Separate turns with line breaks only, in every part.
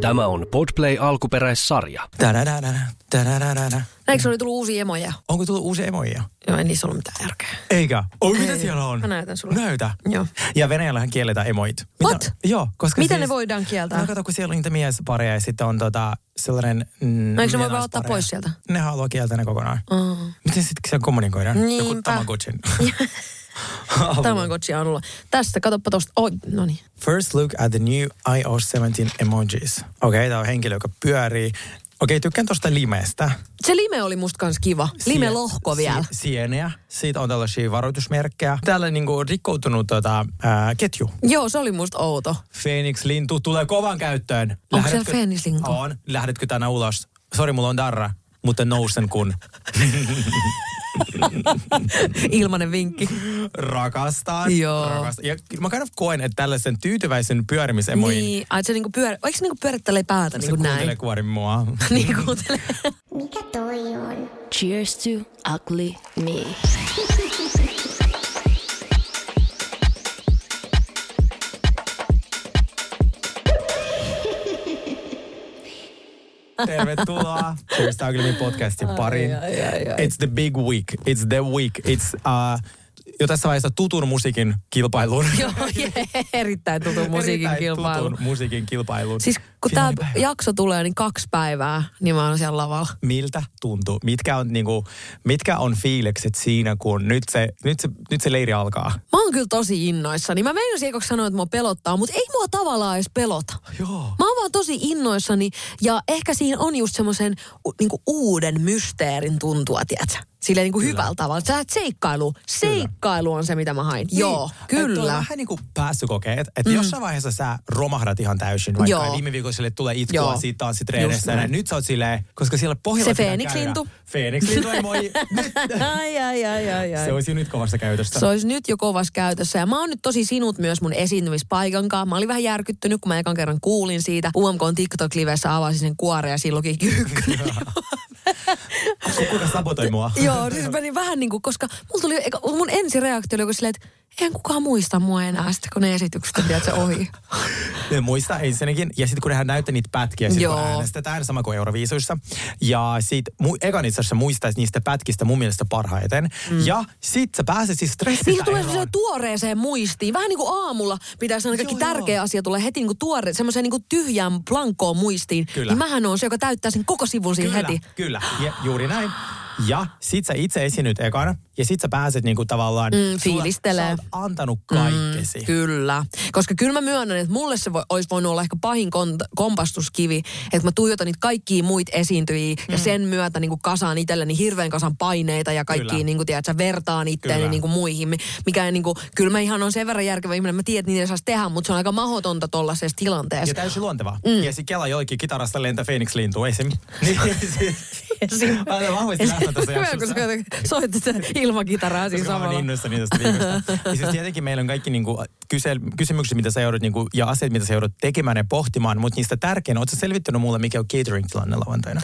Tämä on Podplay alkuperäissarja.
Tadadadada, tadadadada.
Eikö sulla nyt tullut uusia emoja?
Onko tullut uusi emoja?
Joo, ei niissä ollut mitään järkeä.
Eikä. Oi, mitä
Ei.
siellä on?
Mä näytän sulle.
Näytä.
Joo.
Ja Venäjällähän kielletään emoit.
What?
Joo, koska
Miten
siis,
ne voidaan kieltää?
No kato, kun siellä on niitä miespareja ja sitten on tota, sellainen... Mm,
No eikö ne voi vaan
miespareja.
ottaa pois sieltä?
Ne haluaa kieltää ne kokonaan.
Mm.
Miten sitten se kommunikoidaan? Joku
Niinpä.
Tamagotchin.
Tamagotchi on ollut. Tästä, katoppa tosta. Oi, no niin.
First look at the new iOS 17 emojis. Okei, okay, tämä on henkilö, joka pyörii. Okei, okay, tykkään tuosta limestä.
Se lime oli musta kans kiva. Lime-lohko vielä.
Si- sieniä. Siitä on tällaisia varoitusmerkkejä. Täällä niinku rikkoutunut tota, ää, ketju.
Joo, se oli musta outo.
Phoenix-lintu tulee kovan käyttöön.
Onko siellä Phoenix-lintu?
On. Lähdetkö tänään ulos? Sori, mulla on darra, mutta nousen kun
Ilmanen vinkki.
rakastan.
Joo.
Rakastan. Ja kyllä mä kind of koen, että tällaisen tyytyväisen pyörimisemoin
Niin, ai se niinku pyörä, eikö se niinku pyörittelee päätä
se
niinku
kuuntelee
näin?
kuori mua.
Niin kuuntele.
Mikä toi on?
Cheers to ugly me.
Tervetuloa Cheers to Ugly Me podcastin pariin.
ai, ai, ai.
It's the big week. It's the week. It's uh, jo tässä vaiheessa tutun musiikin kilpailuun.
Joo, je- erittäin tuttu musiikin
Erittäin
kilpailu.
Tutun musiikin kilpailuun.
Siis kun tämä
Finaalipäivä.
jakso tulee, niin kaksi päivää, niin mä oon siellä lavalla.
miltä tuntuu? Mitkä on, niinku, mitkä on fiilikset siinä, kun nyt se, nyt se, nyt se leiri alkaa?
Mä oon kyllä tosi innoissani. Mä meinasin ekoksi sanoa, että mua pelottaa, mutta ei mua tavallaan edes pelota.
Joo.
Mä oon vaan tosi innoissani ja ehkä siinä on just semmoisen niinku uuden mysteerin tuntua, tiedätkö? Silleen niinku hyvällä tavalla. Sä et seikkailu. Seikkailu on se, mitä mä hain. Joo,
Että Niin. on
kyllä.
vähän niin kuin päässykokeet, että mm. jossain vaiheessa sä romahdat ihan täysin, vaikka Joo.
Joo.
viime viikolla sille tulee itkua, Joo.
Joo.
siitä taas sit
Just
treenessä.
näin.
Nyt sä oot silleen, koska siellä pohjalla
Se Phoenix-lintu.
Phoenix-lintu, ei moi. Nyt-
Ai, ai, ai, ai, ai.
se olisi jo nyt kovassa käytössä.
Se olisi nyt jo kovassa käytössä ja mä oon nyt tosi sinut myös mun esiintymispaikan kanssa. Mä olin vähän järkyttynyt, kun mä ekan kerran kuulin siitä. UMK on TikTok-livessä avasin sen kuoren ja silloinkin kyykkynen.
Ku- Kuka sabotoi mua?
Joo, siis menin vähän niin kuin, koska mulla tuli, eka- mun ensireaktio oli joku silleen, että eihän kukaan muista mua enää sitten, kun ne esitykset on tiedätkö, ohi.
Ne muista ensinnäkin. Ja sitten kun nehän näyttää niitä pätkiä, sit kun
Joo.
äänestetään, sama kuin Euroviisuissa. Ja sit mu- ekan itse asiassa muistaisi niistä pätkistä mun mielestä parhaiten. Mm. Ja sit sä pääset siis stressistä
Niistä tulee
eroon.
semmoiseen tuoreeseen muistiin. Vähän niin kuin aamulla pitäisi aina kaikki
Joo,
tärkeä
joo.
asia tulee heti niin kuin tuore, semmoiseen niin kuin tyhjään plankkoon muistiin.
Kyllä.
Niin mähän on se, joka täyttää sen koko sivun siinä
Kyllä,
heti.
kyllä. Ja, juuri näin. Ja sit sä itse esiinnyt ekana, ja sit sä pääset niinku tavallaan...
Mm,
sulla-
fiilistelee.
Sä oot antanut kaikkesi. Mm,
Kyllä. Koska kyllä mä myönnän, että mulle se voi, olisi voinut olla ehkä pahin kont- kompastuskivi, että mä tuijotan niitä kaikkia muita esiintyjiä mm. ja sen myötä niin kuin kasaan itselleni hirveän kasan paineita ja
Kyllä.
kaikki niin kuin, tiedätkö, vertaan itteeni
Kyllä.
niin kuin muihin. mi- Mikä ei, niin kuin, kyllä mä ihan on sen verran järkevä ihminen, mä tiedän, että niitä ei saisi tehdä, mutta se on aika mahdotonta tollaisessa
Ja
tilanteessa.
täysin luontevaa. Mm. Ja sit kela jollekin kitarasta lentää Phoenix-lintu esim. Niin, siis- Aina vahvasti lähtö tässä
Siis Hyvä, kun
jaksossa.
sä soitit sitä ilmakitaraa siinä
Koska mä niin olen innoissani
samalla.
tästä viikosta. ja siis tietenkin meillä on kaikki niinku kysel, kysymykset, mitä sä joudut, niinku, ja asiat, mitä sä joudut tekemään ja pohtimaan, mutta niistä tärkein, ootko sä selvittänyt mulle, mikä on catering-tilanne lauantaina?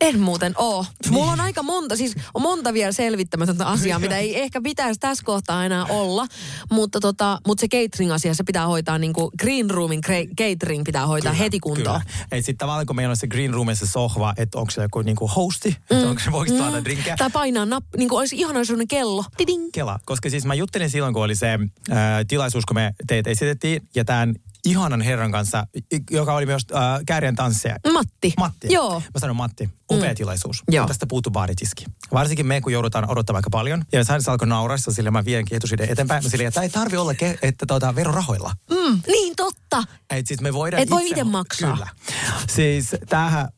En muuten oo. Mulla
Niin.
on aika monta, siis on monta vielä selvittämätöntä asiaa, mitä ei ehkä pitäisi tässä kohtaa enää olla. Mutta, tota, mutta se catering-asia, se pitää hoitaa niin kuin Green Roomin cre- catering pitää hoitaa kyllä, heti kuntoon.
Kyllä. Et sit tavallaan kun meillä on se green roomissa sohva, että onko se joku niinku hosti, mm. että onko se voiko saada drinkkejä.
Tai painaa nappi, niin kuin olisi ihana sellainen kello. Tiding.
Kela, koska siis mä juttelin silloin, kun oli se äh, tilaisuus, kun me teitä esitettiin, ja tämän ihanan herran kanssa, i- joka oli myös äh, käärien tanssija.
Matti.
Matti.
Joo.
Mä sanon Matti, upea mm. tilaisuus.
Joo.
Tästä puuttuu baaritiski. Varsinkin me, kun joudutaan odottamaan aika paljon. Ja sä alkoi nauraa, sä sille mä vien kehitysideen eteenpäin. Mä sille, että ei tarvi olla ke- että tuota, verorahoilla.
Mm, niin totta.
Et siis me voidaan
Et voi
itse-
miten maksaa.
Kyllä. Siis tämähän,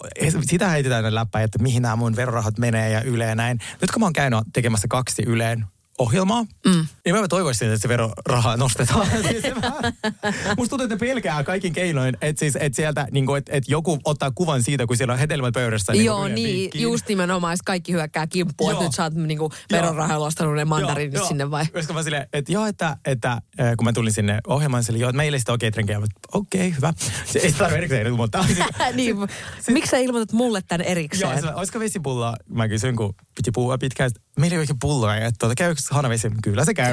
sitä heitetään aina läppä, että mihin nämä mun verorahat menee ja yleen näin. Nyt kun mä oon käynyt tekemässä kaksi yleen ohjelmaa, mm. niin mä toivoisin, että se veroraha nostetaan. Siis mä- Musta tuntuu, että ne pelkää kaikin keinoin, että siis, et sieltä niin kuin, että et joku ottaa kuvan siitä, kun siellä on hedelmät pöydässä.
Niin
niinku
Joo,
yhden
niin.
piikkiin.
Just nimenomaan, että kaikki hyökkää kimppuun,
Joo.
että nyt sä oot niin kuin verorahoilla ostanut ne mandariinit sinne vai?
Koska mä silleen, että joo, että, että äh, kun mä tulin sinne ohjelmaan, sille joo, että meille sitä on catering. Ja mä, Okei, okay, hyvä. Se ei sitä tarvitse erikseen ilmoittaa.
niin,
sit-
miksi sä ilmoitat mulle tämän
Joo,
erikseen?
sillä, olisiko vesipulloa? Mä kysyin, kun piti puhua pitkään. sit, meillä ei ole oikein pulloa, että tuota, käykö hanavesi? Kyllä se käy.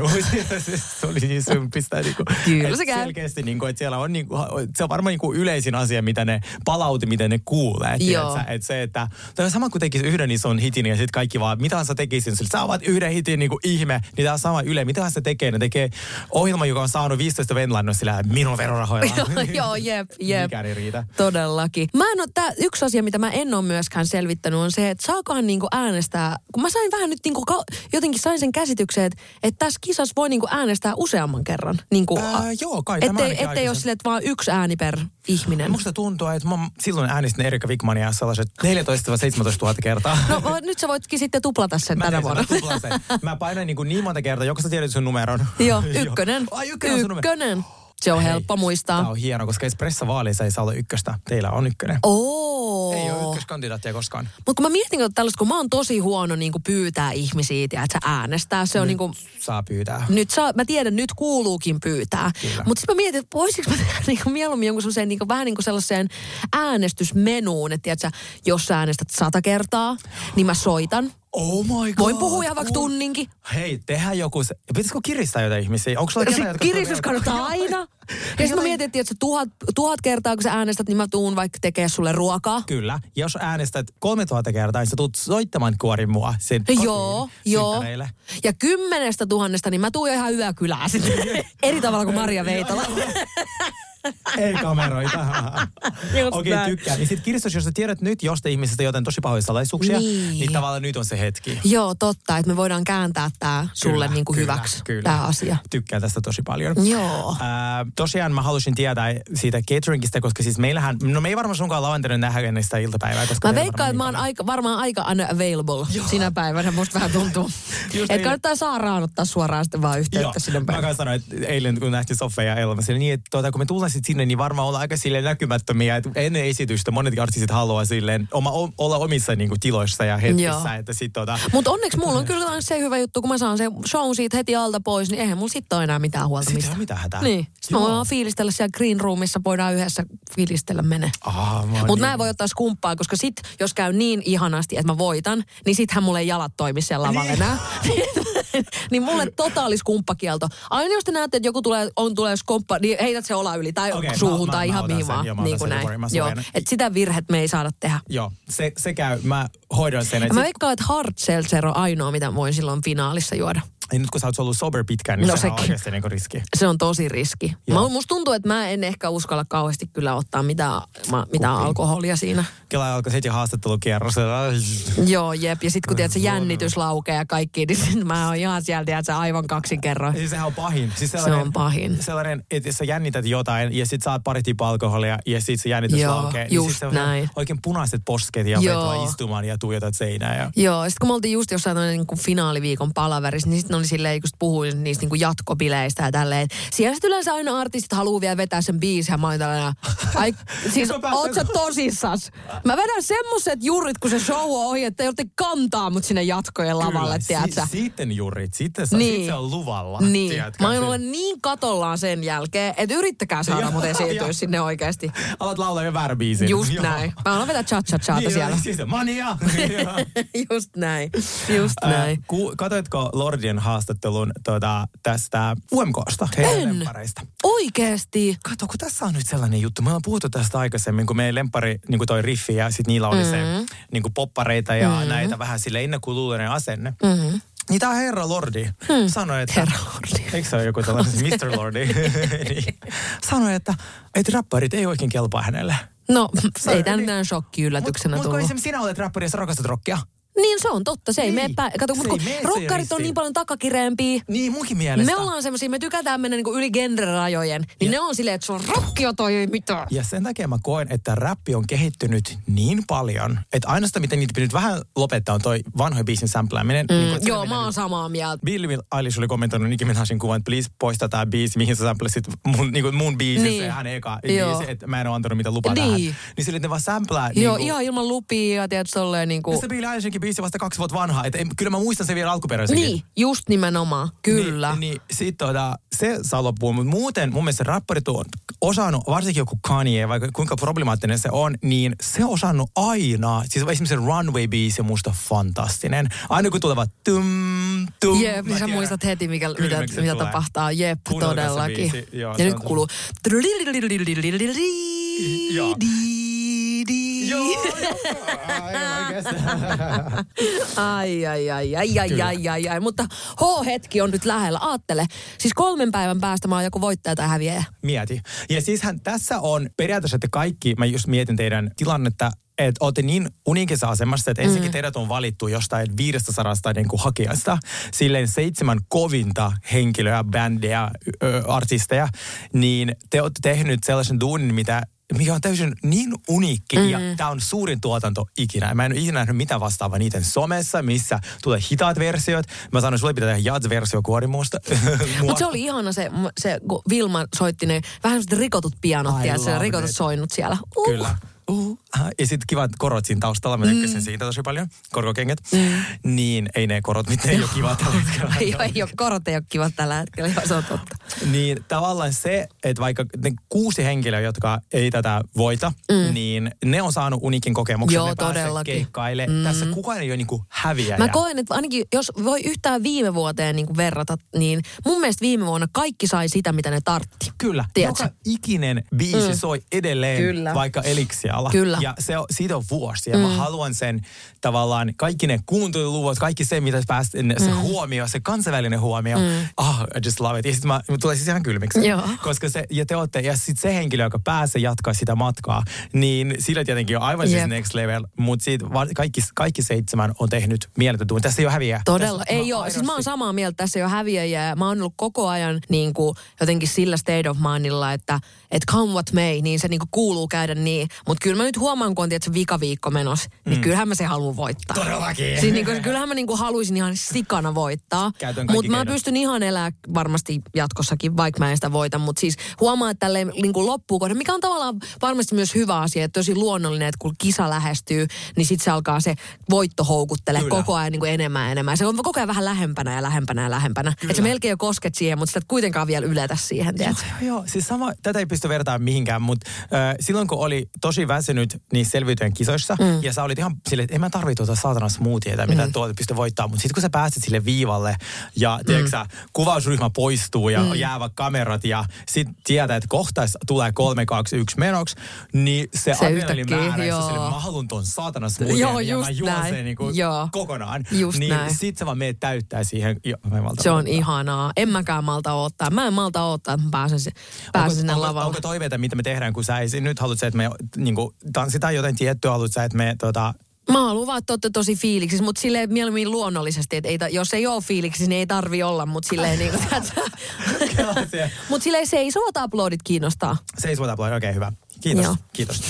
se oli niin sympistä. Niin kuin,
Kyllä
että
se käy.
Selkeästi, niin kuin, että siellä on, niin kuin, se on varmaan niin kuin yleisin asia, mitä ne palauti, miten ne kuulee.
Joo.
tiedätkö? Että se, että tämä on sama kuin tekisi yhden ison hitin ja sitten kaikki vaan, mitä sä tekisin? Sillä sä avaat yhden hitin, niin kuin ihme, niin tämä on sama Yle. Mitä se tekee? Ne tekee ohjelma, joka on saanut 15 venlannoa sillä minun verorahoilla.
Joo, jep, jep.
Mikään ei riitä.
Todellakin. Mä en oo, tää, yksi asia, mitä mä en ole myöskään selvittänyt, on se, että saakohan niinku äänestää, kun mä sain vähän nyt niinku, ka- jotenkin sain sen käsityksen, että, että tässä kisassa voi niinku äänestää useamman kerran. Niinku,
Ää,
a-
joo, kai tämä
Ettei,
ainakin
ettei ole
aikaisemmin.
silleen, että vaan yksi ääni per ihminen.
Musta tuntuu, että mä silloin äänestin Erika Wigmania sellaiset 14 vai 17 000 kertaa.
No va- nyt sä voitkin sitten tuplata sen
Mä
tänä
teen sen,
vuonna.
mä tuplaan sen. Mä painan niin, kuin niin monta kertaa, joko sä tiedät sun numeron.
Joo, ykkönen.
Ai ykkönen on sun numero.
Ykkönen. Se on
Hei,
helppo
Tää
muistaa.
on hieno, koska Espressa-vaaleissa ei saa olla ykköstä. Teillä on ykkönen.
Oo.
Ei ole ykköskandidaattia koskaan.
Mutta kun mä mietin kun tällaista, kun mä oon tosi huono niin pyytää ihmisiä, että sä äänestää. Se on niin kuin,
Saa pyytää.
nyt saa, mä tiedän, nyt kuuluukin pyytää.
Kyllä.
Mutta sitten mä mietin, että voisinko mä tehdä niinku mieluummin jonkun sellaiseen, niinku, vähän niin kuin sellaiseen äänestysmenuun, että tiedätkö, jos sä äänestät sata kertaa, niin mä soitan.
Oh my god.
Voin puhua ihan vaikka
Kuul-
tunninkin.
Hei, tehdä joku. se- Pitäisikö kiristää jotain ihmisiä? Onko sulla ketään,
Sitten
jotka-
kiristys kannattaa aina. Ja sitten mä mietin, että tiedätkö, tuhat, tuhat kertaa, kun sä äänestät, niin mä tuun vaikka tekee sulle ruokaa.
Kyllä. Jos äänestät 3000 kertaa, niin sä tulet soittamaan kuorin mua sen
No
kotiin
joo, joo.
synttäreille.
Ja kymmenestä tuhannesta, niin mä tuun jo ihan yökylää sitten. Eri tavalla kuin Maria Veitola.
Ei kameroita.
Just
Okei,
näin.
okay, tykkää. Niin sit kiristys, jos sä tiedät nyt jostain ihmisestä jotain tosi pahoja salaisuuksia,
Niin.
niin. niin tavallaan nyt on se hetki.
Joo, totta, että me voidaan kääntää tämä sulle
Kyllä,
niin kuin
kyllä,
hyväksi,
kyllä.
tämä asia.
Tykkään tästä tosi paljon.
Joo.
Ää, tosiaan mä halusin tietää siitä cateringista, koska siis meillähän, no me ei varmaan sunkaan lauantaina nähdä ennen sitä iltapäivää. Koska
Mä
teillä
veikkaan, että mä
varmaan
oon
niin
aika, varmaan aika unavailable Joo. sinä päivänä, musta vähän tuntuu.
Just
Et
eilen-
kannattaa Saaraan ottaa suoraan sitten vaan
paljon-
yhteyttä sinä
Joo, mä
päivänä.
kanssa sanoin, että eilen kun nähtiin Sofia ja Elma, sille niin, että tuota, kun me tullaan sit sinne, niin varmaan ollaan aika sille näkymättömiä. Että ennen esitystä monet artistit haluaa silleen oma, o- olla omissa niin kuin, tiloissa ja hetkissä.
Joo.
Että sit, tuota,
Mutta onneksi mulla on kyllä taas se hyvä juttu, kun mä saan sen shown siitä heti alta pois, niin eihän mulla sitten ole enää mitään huolta
Sitten ei
mistä.
ole mitään hätää.
Niin. Sitten mä voin
Joo.
vaan fiilistellä siellä green roomissa, voidaan yhdessä fiilistellä mene.
Ah, mä oon
Mutta
niin-
mä en voi ottaa skumppaa, koska sit, jos käy niin ihanasti, että mä voitan, niin sittenhän mulle ei jalat toimi siellä lavalla
Niin.
enää. niin mulle totaalis kumppakielto. Aina jos te näette, että joku tulee, on tulee skumppa, niin heität se ola yli tai
Okei,
okay,
mä-
suuhun
mä-
tai
mä
ihan
otan
mihin
sen,
vaan.
joo, mä
niin
otan
kuin
sen
näin.
riporin, mä
Joo,
suojan.
et sitä virhet me ei saada tehdä.
Joo, se, se käy. Mä hoidan sen.
Ja
Että
mä
sit,
veikkaan, että hard seltzer on ainoa, mitä voin silloin finaalissa juoda.
ei, nyt kun sä oot ollut sober pitkään, niin
No
no, sehän on
sekin.
oikeasti niin riski.
Se on tosi riski. Mä,
Joo.
musta tuntuu, että mä en ehkä uskalla kauheasti kyllä ottaa mitään, ma- mitään alkoholia siinä.
Kela alkoi sitten jo haastattelukierros.
Joo, jep. Ja sitten kun tiedät, se jännitys laukee ja kaikki, niin sit mä oon ihan siellä, tiedät, sä aivan kaksin kerran.
Siis sehän on pahin. Siis
on
sellainen-
pahin.
Sellainen, että sä jännität jotain ja sit saat pari tippaa alkoholia ja sit se jännitys
Joo,
laukee.
just
niin sit sellainen
näin.
Oikein punaiset posket ja
Joo.
menet vaan istumaan ja tuijotat seinää. Ja...
Joo, sitten kun me oltiin just jossain niin kuin finaaliviikon palaverissa, niin sitten oli silleen, kun sit puhuin niistä niin kuin jatkobileistä ja tälleen. että Siellä sitten yleensä aina artistit haluaa vielä vetää sen biisin, ja mä olin tällainen, ai, siis
Nyt mä pääsen-
oot sä tosissas? Mä vedän semmoset jurrit, kun se show on ohi, että ei olette kantaa mut sinne jatkojen lavalle, tiedät sä?
si- sitten jurit, sitten, niin.
Niin.
sitten se on luvalla.
Niin,
tiedätkö?
mä olin olla niin katollaan sen jälkeen, että yrittäkää saada
Joo,
mut esiintyä
joo.
sinne oikeasti.
Alat laulaa jo väärä biisin.
Just
Joo.
näin. Mä haluan vetää cha cha chata
Niin,
siellä.
Siis mania! Joo.
Just näin. Just
Ää,
näin.
Ku, katoitko Lordien haastattelun tuota, tästä UMKsta? heidän
En.
lemppareista?
Oikeesti.
Kato, kun tässä on nyt sellainen juttu. Me ollaan puhuttu tästä aikaisemmin, kun meidän lempari niin kuin toi riffi ja sitten niillä oli mm-hmm. se niin kuin poppareita ja mm-hmm. näitä vähän sille innakuluinen asenne. Mm-hmm. Niin tämä herra Lordi mm. sanoi, että...
Hmm. Herra Lordi.
Eikö se ole joku tällainen Mr. Lordi? niin. Sanoi, että, että rapparit ei oikein kelpaa hänelle.
No,
Sä-
ei tämä
niin.
mitään shokki-yllätyksenä
Mutta kun
tullut.
esimerkiksi sinä olet rappari ja sä rakastat rockia.
Niin se on totta, se ei,
Niin.
mene päin. Kato,
Se
mut
ei
kun
mene siihen
rokkarit on
ristiin.
niin paljon takakireempiä,
Niin, munkin mielestä.
me ollaan semmosia, me tykätään mennä niinku yli genrerajojen, niin ne on silleen, että se on rokkio toi, ei mitään.
Ja sen takia mä koen, että räppi on kehittynyt niin paljon, että ainoa sitä, miten niitä nyt vähän lopettaa, on toi vanhojen biisin sämplääminen. Mm, niin
Joo, mä oon samaa mieltä.
Billie Eilish oli kommentoinut Nicki Minajin kuvan, että please poista tämä biisi, mihin sä sämpläsit mun, niin kuin mun biisin,
Niin.
niin. se hänen eka
Joo.
biisi, että mä en ole antanut mitään lupaa
Niin.
niin. tähän. Niin silleen, että ne vaan sämplää.
Joo,
niin
ihan ilman lupia, tiedätkö, tolleen niinku...
Se Billie Eilishinkin biisi vasta kaksi vuotta vanha, että en- kyllä mä muistan sen vielä alkuperäisenkin.
Niin, just nimenomaan, kyllä.
Niin, niin sit tota, se saa loppua, mutta muuten mun mielestä rapparit on osannut, varsinkin joku Kanye, vaikka kuinka problemaattinen se on, niin se on osannut aina, siis esimerkiksi Runway-biisi on musta fantastinen. Aina kun tulevat tum, tum.
Jep,
mä
sä
tiedän.
muistat heti, mikä, mitä,
Kylmykset
mitä
tulee.
tapahtaa. Jep,
Kuunnelkaa se
todellakin.
biisi. Joo, se
ja
on
nyt
tosi-
kuuluu.
Joo.
Di- di-
Joo, joo, ei oikeastaan.
Ai, ai, ai, ai, ai, ai, ai, ai. Mutta H-hetki on nyt lähellä. Aattele, siis kolmen päivän päästä mä oon joku voittaja tai häviäjä.
Mieti. Ja siishän tässä on periaatteessa, että kaikki, mä just mietin teidän tilannetta, että olette niin uniikissa asemassa, että
Mm.
ensinnäkin teidät on valittu jostain 500 niin kuin hakijasta, silleen seitsemän kovinta henkilöä, bändejä, ö, artisteja, niin te olette tehnyt sellaisen duunin, mitä mikä on täysin niin uniikki mm. ja tämä on suurin tuotanto ikinä. Mä en ole ikinä nähnyt mitään vastaavaa niiden somessa, missä tulee hitaat versiot. Mä sanoin, sulle pitää tehdä jazz-versio kuorimuusta.
Mutta se oli ihana se, se kun Vilma soitti ne vähän semmoset rikotut pianot
I
ja siellä
love
rikotut
it.
soinnut siellä. Uh.
Kyllä. Uh, ja sitten kivat korot siinä taustalla, mä tykkäsin
Mm.
siitä tosi paljon, korkokengät. Niin, ei ne korot, mitään ei ole kiva tällä hetkellä.
Ei, oo- ei ole, korot ei ole kiva tällä hetkellä, joo, se on totta.
Niin tavallaan se, että vaikka ne kuusi henkilöä, jotka ei tätä voita, mm. niin ne on saanut unikin kokemuksen.
Joo,
ne pääsee
todellakin.
keikkaille. Mm. Tässä kukaan ei ole niinku häviäjä.
Mä koen, että ainakin jos voi yhtään viime vuoteen niin verrata, niin mun mielestä viime vuonna kaikki sai sitä, mitä ne tartti.
Kyllä,
Tiedätkö?
joka ikinen biisi mm. soi edelleen
Kyllä.
Kyllä. vaikka eliksialla.
Kyllä.
Ja se on, siitä on vuosi ja mm. mä haluan sen tavallaan, kaikki ne kuunteluluvut, kaikki se, mitä päästiin,
Mm.
se huomio, se kansainvälinen huomio. Mm. Ah, I just love it. Ja sitten mä, mä tulen siis ihan kylmiksi.
Joo.
Koska se, ja te olette, ja sitten se henkilö, joka pääsee jatkaa sitä matkaa, niin sillä tietenkin on aivan siis
Jep.
next level, mutta siitä va- kaikki, kaikki seitsemän on tehnyt mieletön Tässä ei ole häviä.
Todella,
Tässä, No
ei ole. Siis mä oon
aidosti-
samaa mieltä, tässä ei ole häviäjiä. ja Mä oon ollut koko ajan niin kuin, jotenkin sillä state of mindilla, että et come what may, niin se niin kuin, kuuluu käydä niin. Mutta kyllä mä nyt huomaan, kun on tietysti vikaviikko menossa,
Mm.
niin kyllähän mä se haluan voittaa.
Todellakin.
Siis niin kuin, kyllähän mä niin kuin, haluaisin ihan sikana voittaa.
Käytän kaikki
Mutta mä
keinot.
pystyn ihan elää varmasti jatkossakin, vaikka mä en sitä voita. Mutta siis huomaa, että tälleen niin kuin loppuun kohden, mikä on tavallaan varmasti myös hyvä asia, että tosi luonnollinen, että kun kisa lähestyy, niin sitten se alkaa se voitto houkuttelee
Kyllä.
koko ajan niin kuin enemmän ja enemmän. Se on koko ajan vähän lähempänä ja lähempänä ja lähempänä. Että sä melkein jo kosket siihen, mutta sitä et kuitenkaan vielä yletä siihen, tiedätkö?
Joo, joo, siis sama, tätä ei pysty vertaamaan mihinkään, mutta äh, silloin kun oli tosi väsynyt niissä selviytyjen kisoissa, mm. ja sä olit ihan silleen, että en mä tarvi tuota saatana smoothieta, mitä mm. tuolta pysty voittaa, mutta sitten kun sä pääsit sille viivalle, ja mm. tiedätkö sä, kuvausryhmä poistuu, ja mm. jäävät kamerat, ja sitten tietää, että kohta s- tulee 3, 2, 1 menoksi, niin se,
Se
se
yhtäkkiä,
määrä,
joo.
joo. Sille, mä haluan ton saatana smoothien,
Joo,
ja mä
just
juon
näin.
sen niin kuin
Joo.
kokonaan,
Just
niin
näin.
sit sä vaan meet täyttää siihen. Jo, mä en valta
Se on
odottaa.
ihanaa. En mäkään malta odottaa. Mä en malta odottaa, että mä pääsen, se- pääsen sinne
onko,
lavalle.
Onko toiveita, mitä me tehdään, kun sä ei, nyt haluat sä, että me niin kuin, tanssitaan jotain tiettyä, haluat sä, että me tota,
Mä haluan vaan, että olette tosi fiiliksissä, mutta silleen mieluummin luonnollisesti, että ei, ta- jos ei ole fiiliksi, niin ei tarvi olla, mutta silleen niin kuin,
Kyllä,
Mutta silleen seisovat aplodit kiinnostaa.
seisvotaan paljon. Okei, hyvä. Kiitos,
Joo.
kiitos.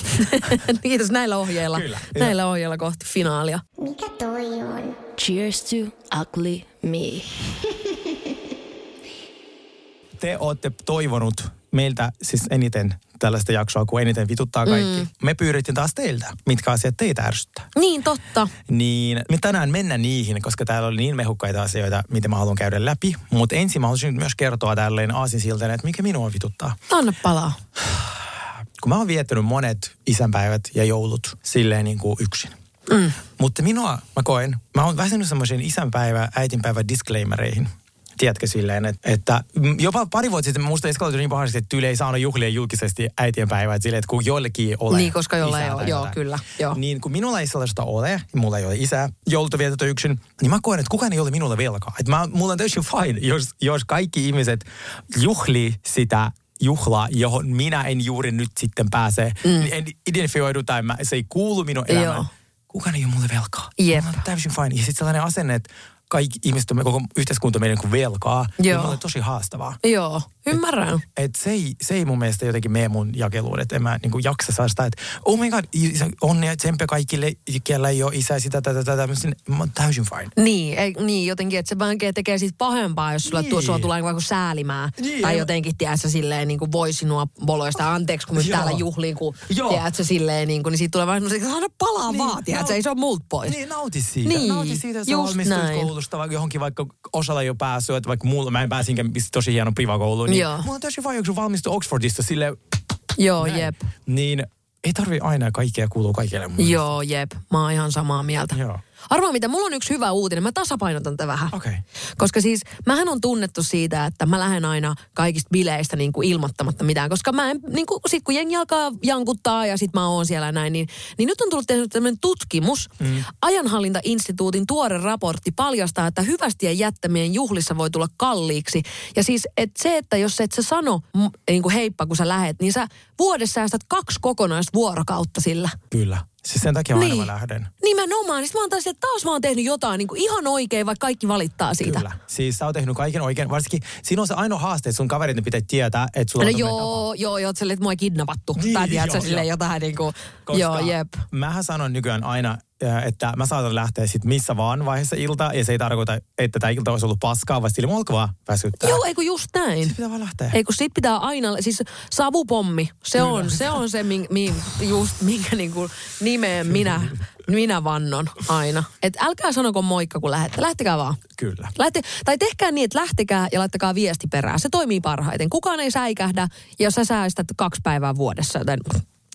Kiitos näillä ohjeilla.
Kyllä, joo.
näillä ohjeilla kohti finaalia.
Mikä toi on?
Cheers to ugly me.
Te olette toivonut meiltä siis eniten tällaista jaksoa, kun eniten vituttaa kaikki. Mm. Me pyydettiin taas teiltä, mitkä asiat teitä ärsyttää.
Niin, totta.
Niin me tänään mennä niihin, koska täällä oli niin mehukkaita asioita, mitä mä haluan käydä läpi. Mutta ensin mä haluaisin nyt myös kertoa tälleen aasinsiltana, että mikä minua vituttaa.
Anna palaa.
kun mä oon viettänyt monet isänpäivät ja joulut silleen niin kuin yksin. Mm. Mutta minua, mä koen, mä oon väsynyt semmoisiin isänpäivä, äitinpäivä disclaimereihin. Tiedätkö silleen, että, että mm, jopa pari vuotta sitten musta eskaloitui niin pahasti, että tyyli ei saanut juhlia julkisesti äitienpäivää, että silleen, että kun joillekin ole.
Niin, koska jolla ei
isää
ole,
tai
joo,
jotain.
kyllä, joo.
Niin kun minulla ei sellaista ole, ja mulla ei ole isää, joulut on vietetty yksin, niin mä koen, että kukaan ei ole minulle velkaa. Että mä, mulla on täysin fine, jos, jos kaikki ihmiset juhlii sitä juhlaa, johon minä en juuri nyt sitten pääse. Mm. En identifioidu tai mä, se ei kuulu minun elämään.
Joo.
Joo. Kukaan ei ole mulle velkaa.
Jep.
Mä oon täysin fine. Ja sitten sellainen asenne, että kaikki ihmiset, on- koko yhteiskunta on meidän niin kuin velkaa,
Joo.
niin mulla on tosi haastavaa.
Joo, ymmärrän.
Et se, ei, se ei mun mielestä jotenkin mene mun jakeluun, että en mä niinku jaksa saada sitä, että oh my god, isä, onnea tsemppiä kaikille, kellä ei ole isä, sitä, tätä, tätä, tämmöisen, mä oon täysin fine.
Niin, ei, niin, jotenkin, että se vaan tekee siitä pahempaa, jos sulla, niin.
Niin.
tuo, sulla tulee vaikka säälimää.
Niin,
tai
ei-
jotenkin, tiedätkö, silleen niin kuin voi sinua boloista. Anteeksi, kun me
Joo.
täällä juhliin, kun
Joo.
tiedätkö, silleen niin kuin, niin siitä tulee vaan, no, se- anna palaa niin,
Niin,
vaan, tiedätkö,
no-
ei se ole multa pois.
Niin, nauti siitä.
Niin,
nauti siitä, että sä
just
valmistut
näin.
koulusta vaikka johonkin, vaikka osalla ei ole päässyt, että vaikka mulla, mä en pääsinkään tosi hieno privakouluun, niin
Joo.
mulla on täysin vaan, kun valmistui Oxfordista sille
Joo,
näin,
jep.
Niin ei tarvi aina kaikkea kuulua kaikille mun mielestä.
Joo, jep. Mä oon ihan samaa mieltä.
Joo.
Arvaa mitä, mulla on yksi hyvä uutinen. Mä tasapainotan tätä vähän.
Okei.
Koska siis, mähän on tunnettu siitä, että mä lähden aina kaikista bileistä niin kuin ilmoittamatta mitään. Koska mä en, niin kuin, sit kun jengi alkaa jankuttaa ja sit mä oon siellä näin, niin, niin nyt on tullut tehnyt tämmöinen tutkimus. Mm. Ajanhallintainstituutin tuore raportti paljastaa, että hyvästien jättämien juhlissa voi tulla kalliiksi. Ja siis et se, että jos et sä sano mm, niin kuin heippa, kun sä lähet, niin sä vuodessa säästät kaksi kokonaisvuorokautta sillä.
Kyllä. Siis sen takia niin. aina mä lähden.
Nimenomaan. Sitten mä oon taas, että taas mä oon tehnyt jotain niin kuin ihan oikein, vaikka kaikki valittaa siitä.
Kyllä. Siis sä oot tehnyt kaiken oikein. Varsinkin siinä on se ainoa haaste, että sun kaverit ne pitää tietää, että sulla
No
on tämmöinen tapa.
joo, joo, joo, sille, että mua ei kidnappattu.
Tuota Niin,
Niin, tai tiedätkö,
joo,
sille
joo.
jotain niin kuin,
Koska
joo, jep.
Mähän sanon nykyään aina, äh, että mä saatan lähteä sit missä vaan vaiheessa iltaa, ja se ei tarkoita, että tämä ilta olisi ollut paskaa, vaan sillä mulla alkoi vaan väsyttää.
Joo, ei kun just näin.
Sit pitää vaan lähteä.
Ei kun sit pitää aina, siis savupommi, se on se, on se min, min, just minkä niin kuin nimeen minä, minä vannon aina. Et älkää sanoko moikka, kun lähette. Lähtekää vaan.
Kyllä.
Lähte, tai tehkää niin, että lähtekää ja laittakaa viesti perään. Se toimii parhaiten. Kukaan ei säikähdä ja sä säästät kaksi päivää vuodessa, joten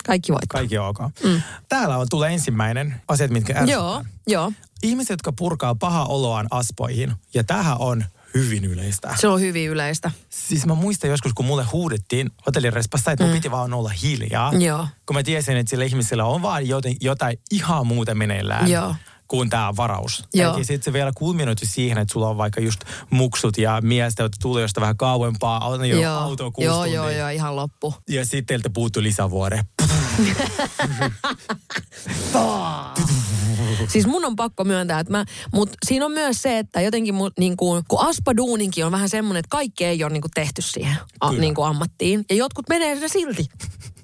kaikki voittaa.
Kaikki on ok. Mm. Täällä on tulee ensimmäinen asiat, mitkä ärsyttää.
Joo, joo.
Ihmiset, jotka purkaa paha oloaan aspoihin, ja tämähän on hyvin yleistä.
Se on hyvin yleistä.
Siis mä muistan joskus, kun mulle huudettiin hotellirespasta, että mun piti vaan olla hiljaa.
Mm. Joo.
Kun mä tiesin, että sillä ihmisellä on vaan joten, jotain ihan muuta meneillään
Joo.
kuin tämä varaus.
Joo.
Ja sitten se vielä kulminoitu siihen, että sulla on vaikka just muksut ja miestä, jotka tulee jostain vähän kauempaa, niin aina jo auto kuusi
joo, joo,
tuntia.
joo, ihan loppu.
niin Ja sitten teiltä puuttuu lisävuore.
Siis mun on pakko myöntää, että mä, mut siinä on myös se, että jotenkin mun, niin kuin, kun aspaduuninkin on vähän semmoinen, että kaikki ei ole niin kuin tehty siihen a,
Kyllä.
niin kuin ammattiin. Ja jotkut menee sinne silti,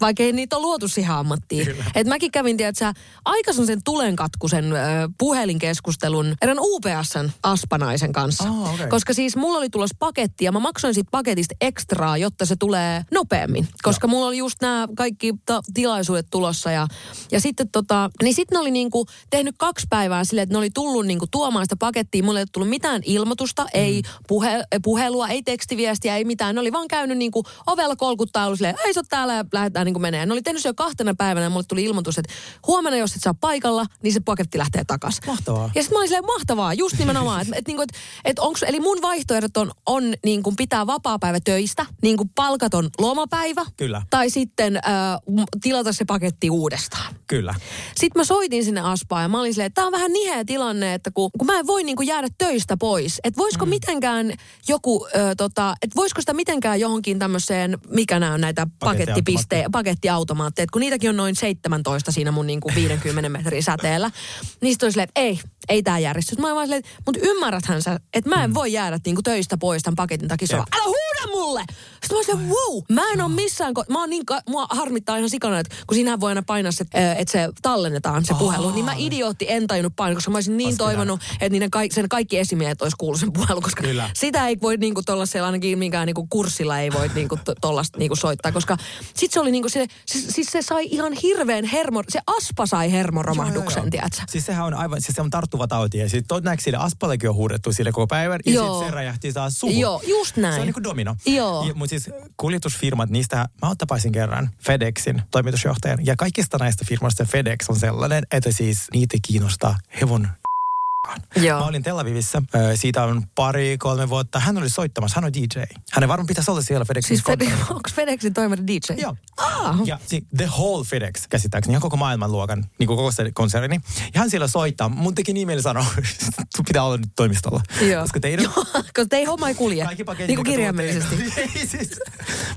vaikka ei niitä ole luotu siihen ammattiin. Et mäkin kävin, tiedätkö, aika sen tulenkatkusen ö, puhelinkeskustelun erään UPSn aspanaisen kanssa.
Ah, okei.
Koska siis mulla oli tulossa paketti ja mä maksoin siitä paketista ekstraa, jotta se tulee nopeammin. Koska mulla oli just nämä kaikki ta- tilaisuudet tulossa ja, ja sitten tota, niin sitten ne oli niinku tehnyt kaksi päivää silleen, että ne oli tullut niinku tuomaan sitä pakettia. Mulle ei ollut tullut mitään ilmoitusta, mm. ei puhe, puhelua, ei tekstiviestiä, ei mitään. Ne oli vaan käynyt niinku ovella kolkuttaa ollut silleen, ei se ole täällä ja lähdetään niinku menee. Ne oli tehnyt se jo kahtena päivänä ja mulle tuli ilmoitus, että huomenna jos et saa paikalla, niin se paketti lähtee takaisin.
Mahtavaa.
Ja sitten mä olin silleen, mahtavaa, just nimenomaan. Että et, niinku, et, et onks, eli mun vaihtoehdot on, on niinku, pitää vapaa-päivä töistä, niinku palkaton lomapäivä.
Kyllä.
Tai sitten ö, m- tilata se paketti uudestaan.
Kyllä.
Sitten mä soitin sinne Aspaan ja mä olin silleen, että tää on vähän niheä tilanne, että kun, kun mä en voi niinku jäädä töistä pois. Että voisiko mm. mitenkään joku, ö, tota, että voisiko sitä mitenkään johonkin tämmöiseen, mikä nämä on näitä
Pakettiautomaatti.
pakettipiste, pakettiautomaatteja, että kun niitäkin on noin 17 siinä mun niinku 50 metrin säteellä. Niin sit oli silleen, että ei, ei tää järjestys. Mä olin vaan silleen, mutta ymmärräthän sä, että mä en voi jäädä niinku töistä pois tämän paketin takia. Se on
Mm. Jep.
vaan, älä huuda mulle! Sitten mä olin silleen, wow, mä en oo missään, ko- mä oon niin, ka- mua harmittaa ihan sikana, että kun sinähän voi aina painaa se, ö, että se tallennetaan se puhelu, niin mä idiootti en tajunnut painaa, koska mä olisin niin
Paskina.
toivonut, että niiden ka- sen kaikki esimiehet olisi kuullut sen puhelun, koska
Kyllä.
sitä ei voi niinku tuollaisella ainakin minkään niinku kurssilla ei voi niinku to- tollasta niinku soittaa, koska sit se oli niinku se, siis, siis se sai ihan hirveän hermo, se aspa sai hermoromahduksen, tiedätkö?
Siis sehän on aivan, siis se on tarttuva tauti. Ja sitten todennäköisesti sille aspallekin on huudettu sille koko päivän. Ja
Joo.
sitten se räjähti taas suhun.
Joo, just näin.
Se on niinku domino.
Joo.
Ja, mutta siis kuljetusfirmat, niistä mä tapaisin kerran FedExin toimitusjohtajan. Ja kaikista näistä firmoista FedEx on sellainen, että siis niitä kiinnostaa hevon Mä olin Tel Avivissa, ö, siitä on pari, kolme vuotta. Hän oli soittamassa, hän on DJ. Hänen varmaan pitäisi olla siellä FedExin
Siis Fed, onko FedExin toimari DJ?
Joo.
Ah,
Ja si- The Whole FedEx, käsittääkseni, ihan koko maailmanluokan, niin kuin koko se konserni. Ja hän siellä soittaa, mun teki niin mieli sanoa, sun pitää olla nyt toimistolla.
Joo.
Koska teidän
Joo, koska teidän homma ei kulje.
kaikki paketit...
Niin kuin
jotka tulee
kirjaimellisesti.
teille- Ei siis.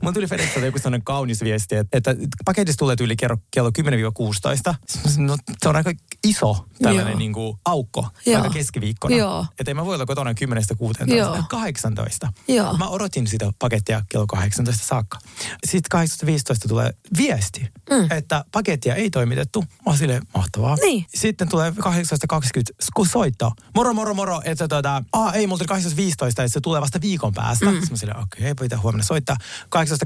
Mun tuli FedExiltä joku sellainen kaunis viesti, että, että paketista tulee yli kello, kello 10-16. Siis No, se on aika iso
Joo.
tällainen niin kuin aukko,
Joo.
aika keskiviikkona.
Joo.
Että ei mä voi olla kotona 10-16,
Joo.
18.
Joo.
Mä odotin sitä pakettia kello 18 saakka. Sitten 18.15 tulee viesti, mm. että pakettia ei toimitettu. Mä oon silleen, mahtavaa.
Niin.
Sitten tulee 18.20, kun soittaa. Moro, moro, moro, että tota, aa, ei, mulla tuli 18.15, että se tulee vasta viikon päästä. Mm. Sitten mä silleen, okei, okay, pitää huomenna soittaa.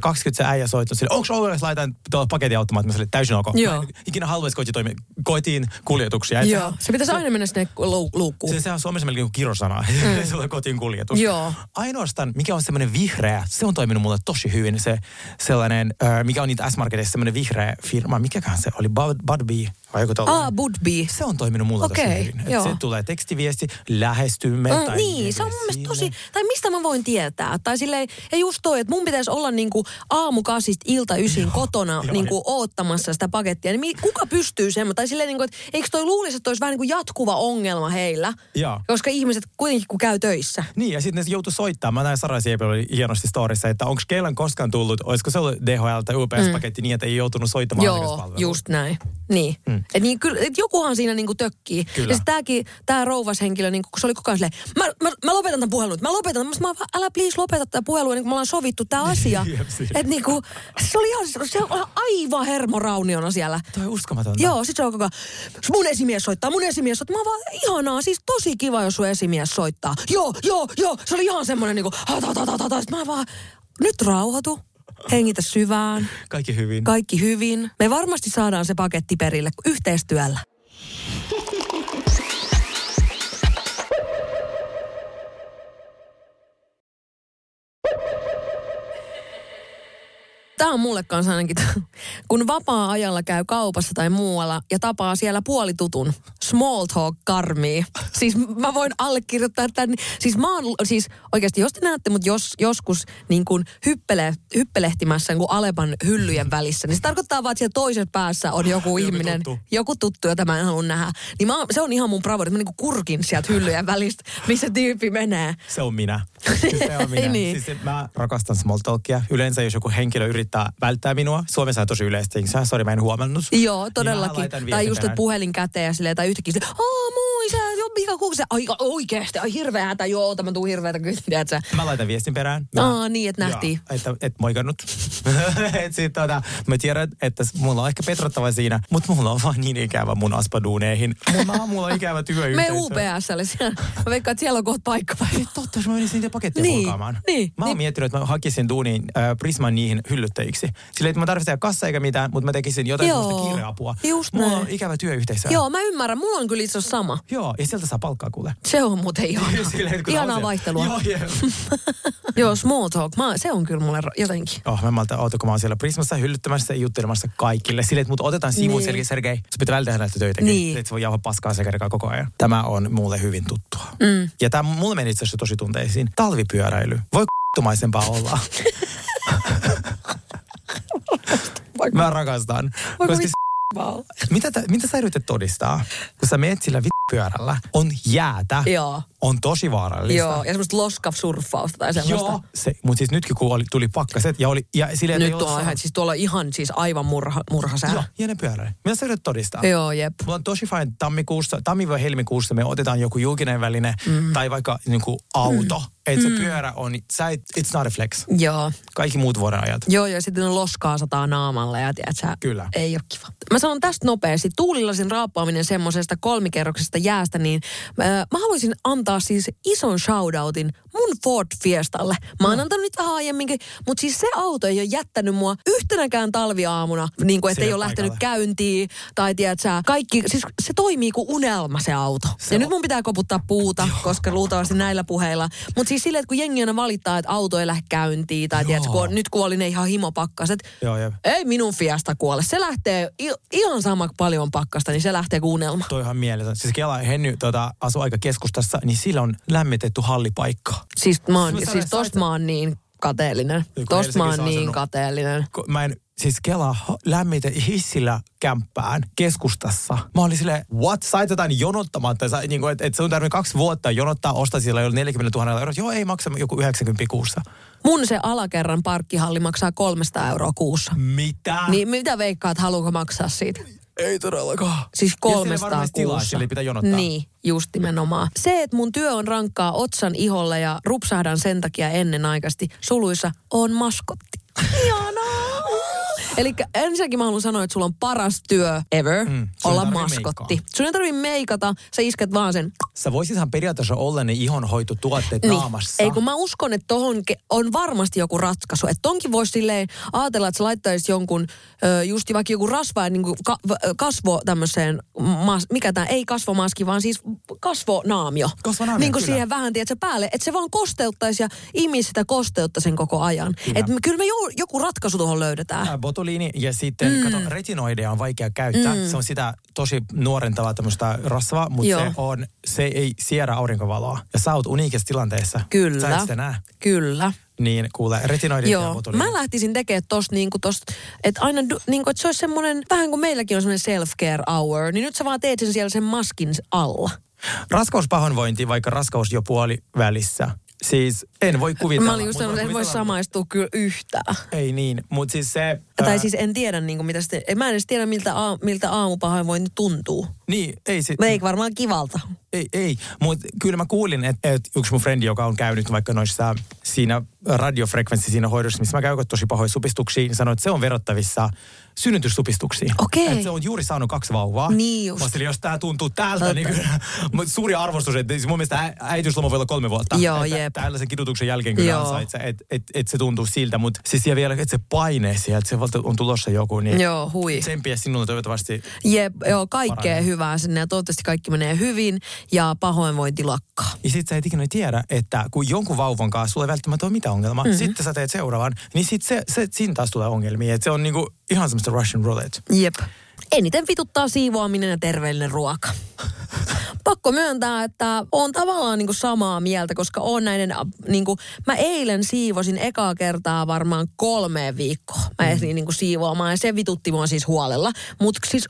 18.20 se äijä soittaa sille, onko Oulun, laitan tuolla paketin auttamaan? Mä silleen, täysin ok.
Joo.
Mä en ikinä haluaisi kotiin, kotiin kuljetuksia. Et-
Joo. Se pitäisi aina mennä sinne lou- luukkuun.
Se, se Siis on Suomessa melkein kuin kirosana. Mm. se on kotiin kuljetus.
Oh. Joo.
Ainoastaan, mikä on semmoinen vihreä, se on toiminut mulle tosi hyvin. niin Se sellainen, äh, mikä on niitä S-Marketissa semmoinen vihreä firma. Mikäköhän se oli? Bud, Bud Bee vai joku tollainen?
Ah, would be.
Se on toiminut mulle tosi
Okei,
hyvin. Et
joo.
se tulee tekstiviesti, lähestymme.
Mm,
tai
niin, se on mun mielestä
sinne.
tosi, tai mistä mä voin tietää? Tai silleen, ja just toi, että mun pitäisi olla niinku aamukasista ilta ysin kotona
joo.
niinku oottamassa sitä pakettia. Niin mi- kuka pystyy semmoinen? Tai silleen, niinku, että eikö toi luulisi, että olisi vähän niinku jatkuva ongelma heillä?
Joo.
Koska ihmiset kuitenkin kun käy töissä.
Niin, ja sitten ne joutu soittamaan. Mä näin Sara Siepel oli hienosti storissa, että onko keilan koskaan tullut, olisiko se ollut DHL tai UPS-paketti niin, että ei joutunut soittamaan
Mm. Joo,
asiakaspalveluun.
just näin. Niin. Mm. Et niin kyllä, et jokuhan siinä niinku tökkii.
Kyllä.
Ja sit tääkin, tää rouvashenkilö, niinku, kun se oli koko ajan silleen, mä, mä, mä lopetan tämän puhelun, nyt, mä lopetan. Mä, sanoin, mä vaan, älä please lopeta tätä puhelua, niin kun me ollaan sovittu tää asia.
Jep, siinä.
Et niinku, se oli ihan, siis, se oli aivan hermorauniona siellä.
Toi on uskomatonta.
Joo, sit se on koko ajan, mun esimies soittaa, mun esimies soittaa. Mä oon vaan, ihanaa, siis tosi kiva, jos sun esimies soittaa. Joo, joo, joo, se oli ihan semmonen niinku, ha, ta, ta, ta, ta, ta. Sit mä vaan, nyt rauhoitu, hengitä syvään
Kaikki hyvin.
kaikki hyvin. Me varmasti saadaan se paketti perille yhteistyöllä. Tämä on mulle kanssa ainakin, kun vapaa-ajalla käy kaupassa tai muualla ja tapaa siellä puolitutun small talk karmii. Siis mä voin allekirjoittaa tämän. Siis mä oon, siis oikeasti jos te näette mut jos, joskus niin kuin hyppele, hyppelehtimässä niin kuin Alepan hyllyjen välissä, niin se tarkoittaa vaan, että siellä toisessa päässä on joku ihminen,
tuttu.
joku tuttu, jota mä en halua nähdä. Niin mä, oon- se on ihan mun bravuri, että mä niin kuin kurkin sieltä hyllyjen välistä, missä tyyppi menee.
Se on minä. Siis se on minä.
Niin.
niin. siis mä rakastan small talkia. Yleensä jos joku henkilö yrittää välttää minua, Suomessa on tosi yleistä, eikö se? sori mä en huomannut.
Joo,
Niin mä
todellakin.
laitan
tai
viestin
just
perään.
että puhelin käteen ja silleen, tai yhtäkkiä silleen, aah moi, sä, joo, mikä kuka, se, ai oikeesti, ai hirveä hätä, joo, oota, mä tuun hirveätä kysyä, sä.
Mä laitan viestin perään. Mä,
Aa, niin, että nähtiin.
Joo, että et moikannut. et sit, tota, mä tiedän, että s- mulla on ehkä petrattava siinä, mutta mulla on vaan niin ikävä mun aspaduuneihin. Mun aamulla on ikävä
Me
työyhteisö.
UPSlle, siellä. mä veikkaan, että siellä on kohta paikka vai?
Ei Siis totta, jos mä menisin niitä paketteja
Niin,
purkaamaan.
niin,
mä oon
niin.
miettinyt, että mä hakisin duuniin äh, Prisman niihin hyllyttäjiksi. Silleen, että mä tarvitsen tehdä kassa eikä mitään, mutta mä tekisin jotain
Joo,
sellaista kirjaapua.
just
Mulla
näin.
on ikävä työyhteisö.
Joo, mä ymmärrän, mulla on kyllä itse asiassa sama.
Joo, ja sieltä saa palkkaa kuule.
Se on muuten ihanaa.
Silleen, että kun sä oot
ihanaa
siellä-
vaihtelua.
Joo,
Joo,
jep.
joo small talk, mä, se on kyllä mulle ra- jotenkin.
Oh, mä en malta auto, kun mä oon siellä Prismassa hyllyttämässä ja juttelemassa kaikille. Silleen, että mut otetaan sivuun
Niin.
niin. selkeä, Sergei, sun pitää välttää näitä töitä.
Niin.
Että se voi jauhaa paskaa sekä koko ajan. Tämä on mulle hyvin tuttua. Mm. Ja tämä mulle meni itse asiassa tosi tunteisiin. Talvipyöräily. Voi k***tumaisempaa olla. mä rakastan.
Voi
Koska
vittu. Wow.
mitä, tä- mitä sä yrität todistaa? Kun sä meet sillä pyörällä, on jäätä,
Joo.
on tosi vaarallista.
Joo, ja semmoista loskasurffausta tai semmoista.
Joo, se, mutta siis nytkin kun oli, tuli pakkaset ja oli... Ja silleen,
Nyt
ei ollut
tuolla,
saa-
on ihan- siis tuolla on ihan siis aivan murha,
Joo,
murhasää.
ja ne pyöräilee. Mitä sä yrität todistaa?
Joo, jep.
Mulla on tosi fine tammikuussa, tammi vai helmikuussa me otetaan joku julkinen väline mm. tai vaikka niin kuin auto. Mm. Että se pyörä on, sä et, it's not a flex.
Joo.
Kaikki muut vuoden ajat.
Joo, joo, sitten ne loskaa sataa naamalla ja tiedät, sä,
Kyllä.
ei ole kiva. Mä sanon tästä nopeasti, tuulilasin raappaaminen semmoisesta kolmikerroksesta jäästä, niin äh, mä haluaisin antaa siis ison shoutoutin mun Ford Fiestalle. Mä
No.
oon antanut nyt vähän aiemminkin, mutta siis se auto ei ole jättänyt mua yhtenäkään talviaamuna, niin kuin, että
Sinne
ei ole lähtenyt
paikalle.
käyntiin, tai tiedät sä, kaikki, siis se toimii kuin unelma se auto. Se ja
on-
nyt mun pitää koputtaa puuta, koska luultavasti näillä puheilla. Mutta siis silleen, että kun jengi aina valittaa, että auto ei lähde käyntiin, tai tiedät, sä, kun on, nyt kuoli ne ihan himopakkaset.
Joo, jep.
Ei minun fiasta kuole. Se lähtee i- ihan sama paljon pakkasta, niin se lähtee kuunnelma.
Toi on ihan mieletön. Siis Kela Henny tota, asuu aika keskustassa, niin sillä on lämmitetty hallipaikka.
Siis, mä oon,
Mä sanoin,
siis
sä
tosta
et-
mä oon niin kateellinen.
kun
Tosta
Helsingissä
mä oon
on
niin
sanonut-
kateellinen.
Kun Mä en, siis Kela ho- lämmitä hissillä kämppään keskustassa. Mä olin silleen, what? Sait jotain jonottamatta, sä, niin kuin, että et sun tarvii kaksi vuotta jonottaa, ostaa sillä jo 40 000 euroa. Joo, ei maksa joku 90 kuussa.
Mun se alakerran parkkihalli maksaa 300 euroa kuussa.
Mitä?
Niin mitä veikkaat, haluuko maksaa siitä?
Ei todellakaan.
Siis
Ja sille
300
varmasti tilaa,
kuussa.
sille pitää jonottaa.
Niin, just nimenomaan. Se, että mun työ on rankkaa otsan iholla ja rupsahdan sen takia ennenaikaisesti, suluissa, on maskotti. Ihanaa! Eli ensinnäkin mä haluan sanoa, että sulla on paras työ ever
Mm,
mm,
sun ei
olla
tarvii
maskotti.
meikkaa.
Sun ei tarvitse meikata, sä isket vaan sen
Sä voisit ihan periaatteessa olla ne ihonhoitotuotteet
Niin.
naamassa.
Ei kun mä uskon, että tohon ke- on varmasti joku ratkaisu. Että tonkin voisi silleen ajatella, että sä laittaisi jonkun ö, just vaikka joku rasvaa niin ka- v- ö, kasvo tämmöiseen, mas- mikä tämä ei kasvomaski, vaan siis kasvonaamio.
Kasvonaamio,
Niin kuin
kyllä.
siihen vähän, tiedätkö, päälle. Että se vaan kosteuttaisi ja imisi sitä kosteutta sen koko ajan.
Kyllä.
Että kyllä me jo- joku ratkaisu tuohon löydetään.
Tää botuliini Äh, ja sitten mm. kato, retinoideja on vaikea käyttää. Mm. Se on sitä tosi nuorentavaa tämmöistä rasvaa, mutta
Joo.
se, on, se ei siedä aurinkovaloa. Ja sä oot uniikissa tilanteessa. Sä et
Kyllä.
sitä näe.
Kyllä.
Niin kuule, retinoidit ja
Joo,
botuliini.
mä lähtisin tekemään tosta niinku tosta, että aina du- niinku, että se olisi semmoinen, vähän kuin meilläkin on semmoinen self-care hour, niin nyt sä vaan teet sen siellä sen maskin alla.
Raskauspahoinvointi, vaikka raskaus jo puolivälissä. Siis en voi kuvitella.
mä olin just
mut
sanonut, että en voi
kuvitella,
samaistua kyllä yhtään.
mut- Ei niin, mutta siis se...
Tai
ää,
siis en tiedä, niinku, mitä sitten, en- mä en edes tiedä, miltä, aa, miltä aamupahoinvointi tuntuu.
Niin, ei se...
Ei varmaan kivalta.
Ei, ei. mutta kyllä mä kuulin, että et yksi mun frendi, joka on käynyt vaikka noissa siinä radiofrekvenssi siinä hoidossa, missä mä käyn tosi pahoja supistuksia, niin sanoi, että se on verrattavissa synnytyssupistuksiin.
Okei.
Et se on juuri saanut kaksi vauvaa.
Niin just.
Mä ajattelin, jos tää tuntuu täältä,
Totta.
niin kyllä mut suuri arvostus, että siis mun mielestä ä- äitiysloma voi olla kolme vuotta.
Joo,
että
jep.
Tällaisen kidutuksen jälkeen kyllä
Joo.
ansaitse, että et, et se tuntuu siltä, mutta siis siellä vielä, että se paine siellä, että se valta- on tulossa joku, niin
Joo, hui.
tsempiä sinulle toivottavasti.
Jep, joo, kaikkea
Paranee.
hyvää sinne ja toivottavasti kaikki menee hyvin ja pahoinvointi lakkaa.
Ja sit sä et ikinä tiedä, että kun jonkun vauvan kanssa sulla ei välttämättä ole mitään ongelmaa, mm-hmm. sitten sä teet seuraavan, niin sit se, se, siinä taas tulee ongelmia. Et se on niinku ihan semmoista Russian roulette.
Jep. Eniten vituttaa siivoaminen ja terveellinen ruoka. Pakko myöntää, että on tavallaan niinku samaa mieltä, koska on näiden, ä, niinku mä eilen siivosin ekaa kertaa varmaan kolmeen viikkoon.
Mm.
Mä ehdin niinku siivoamaan ja se vitutti mua siis huolella. Mutta siis,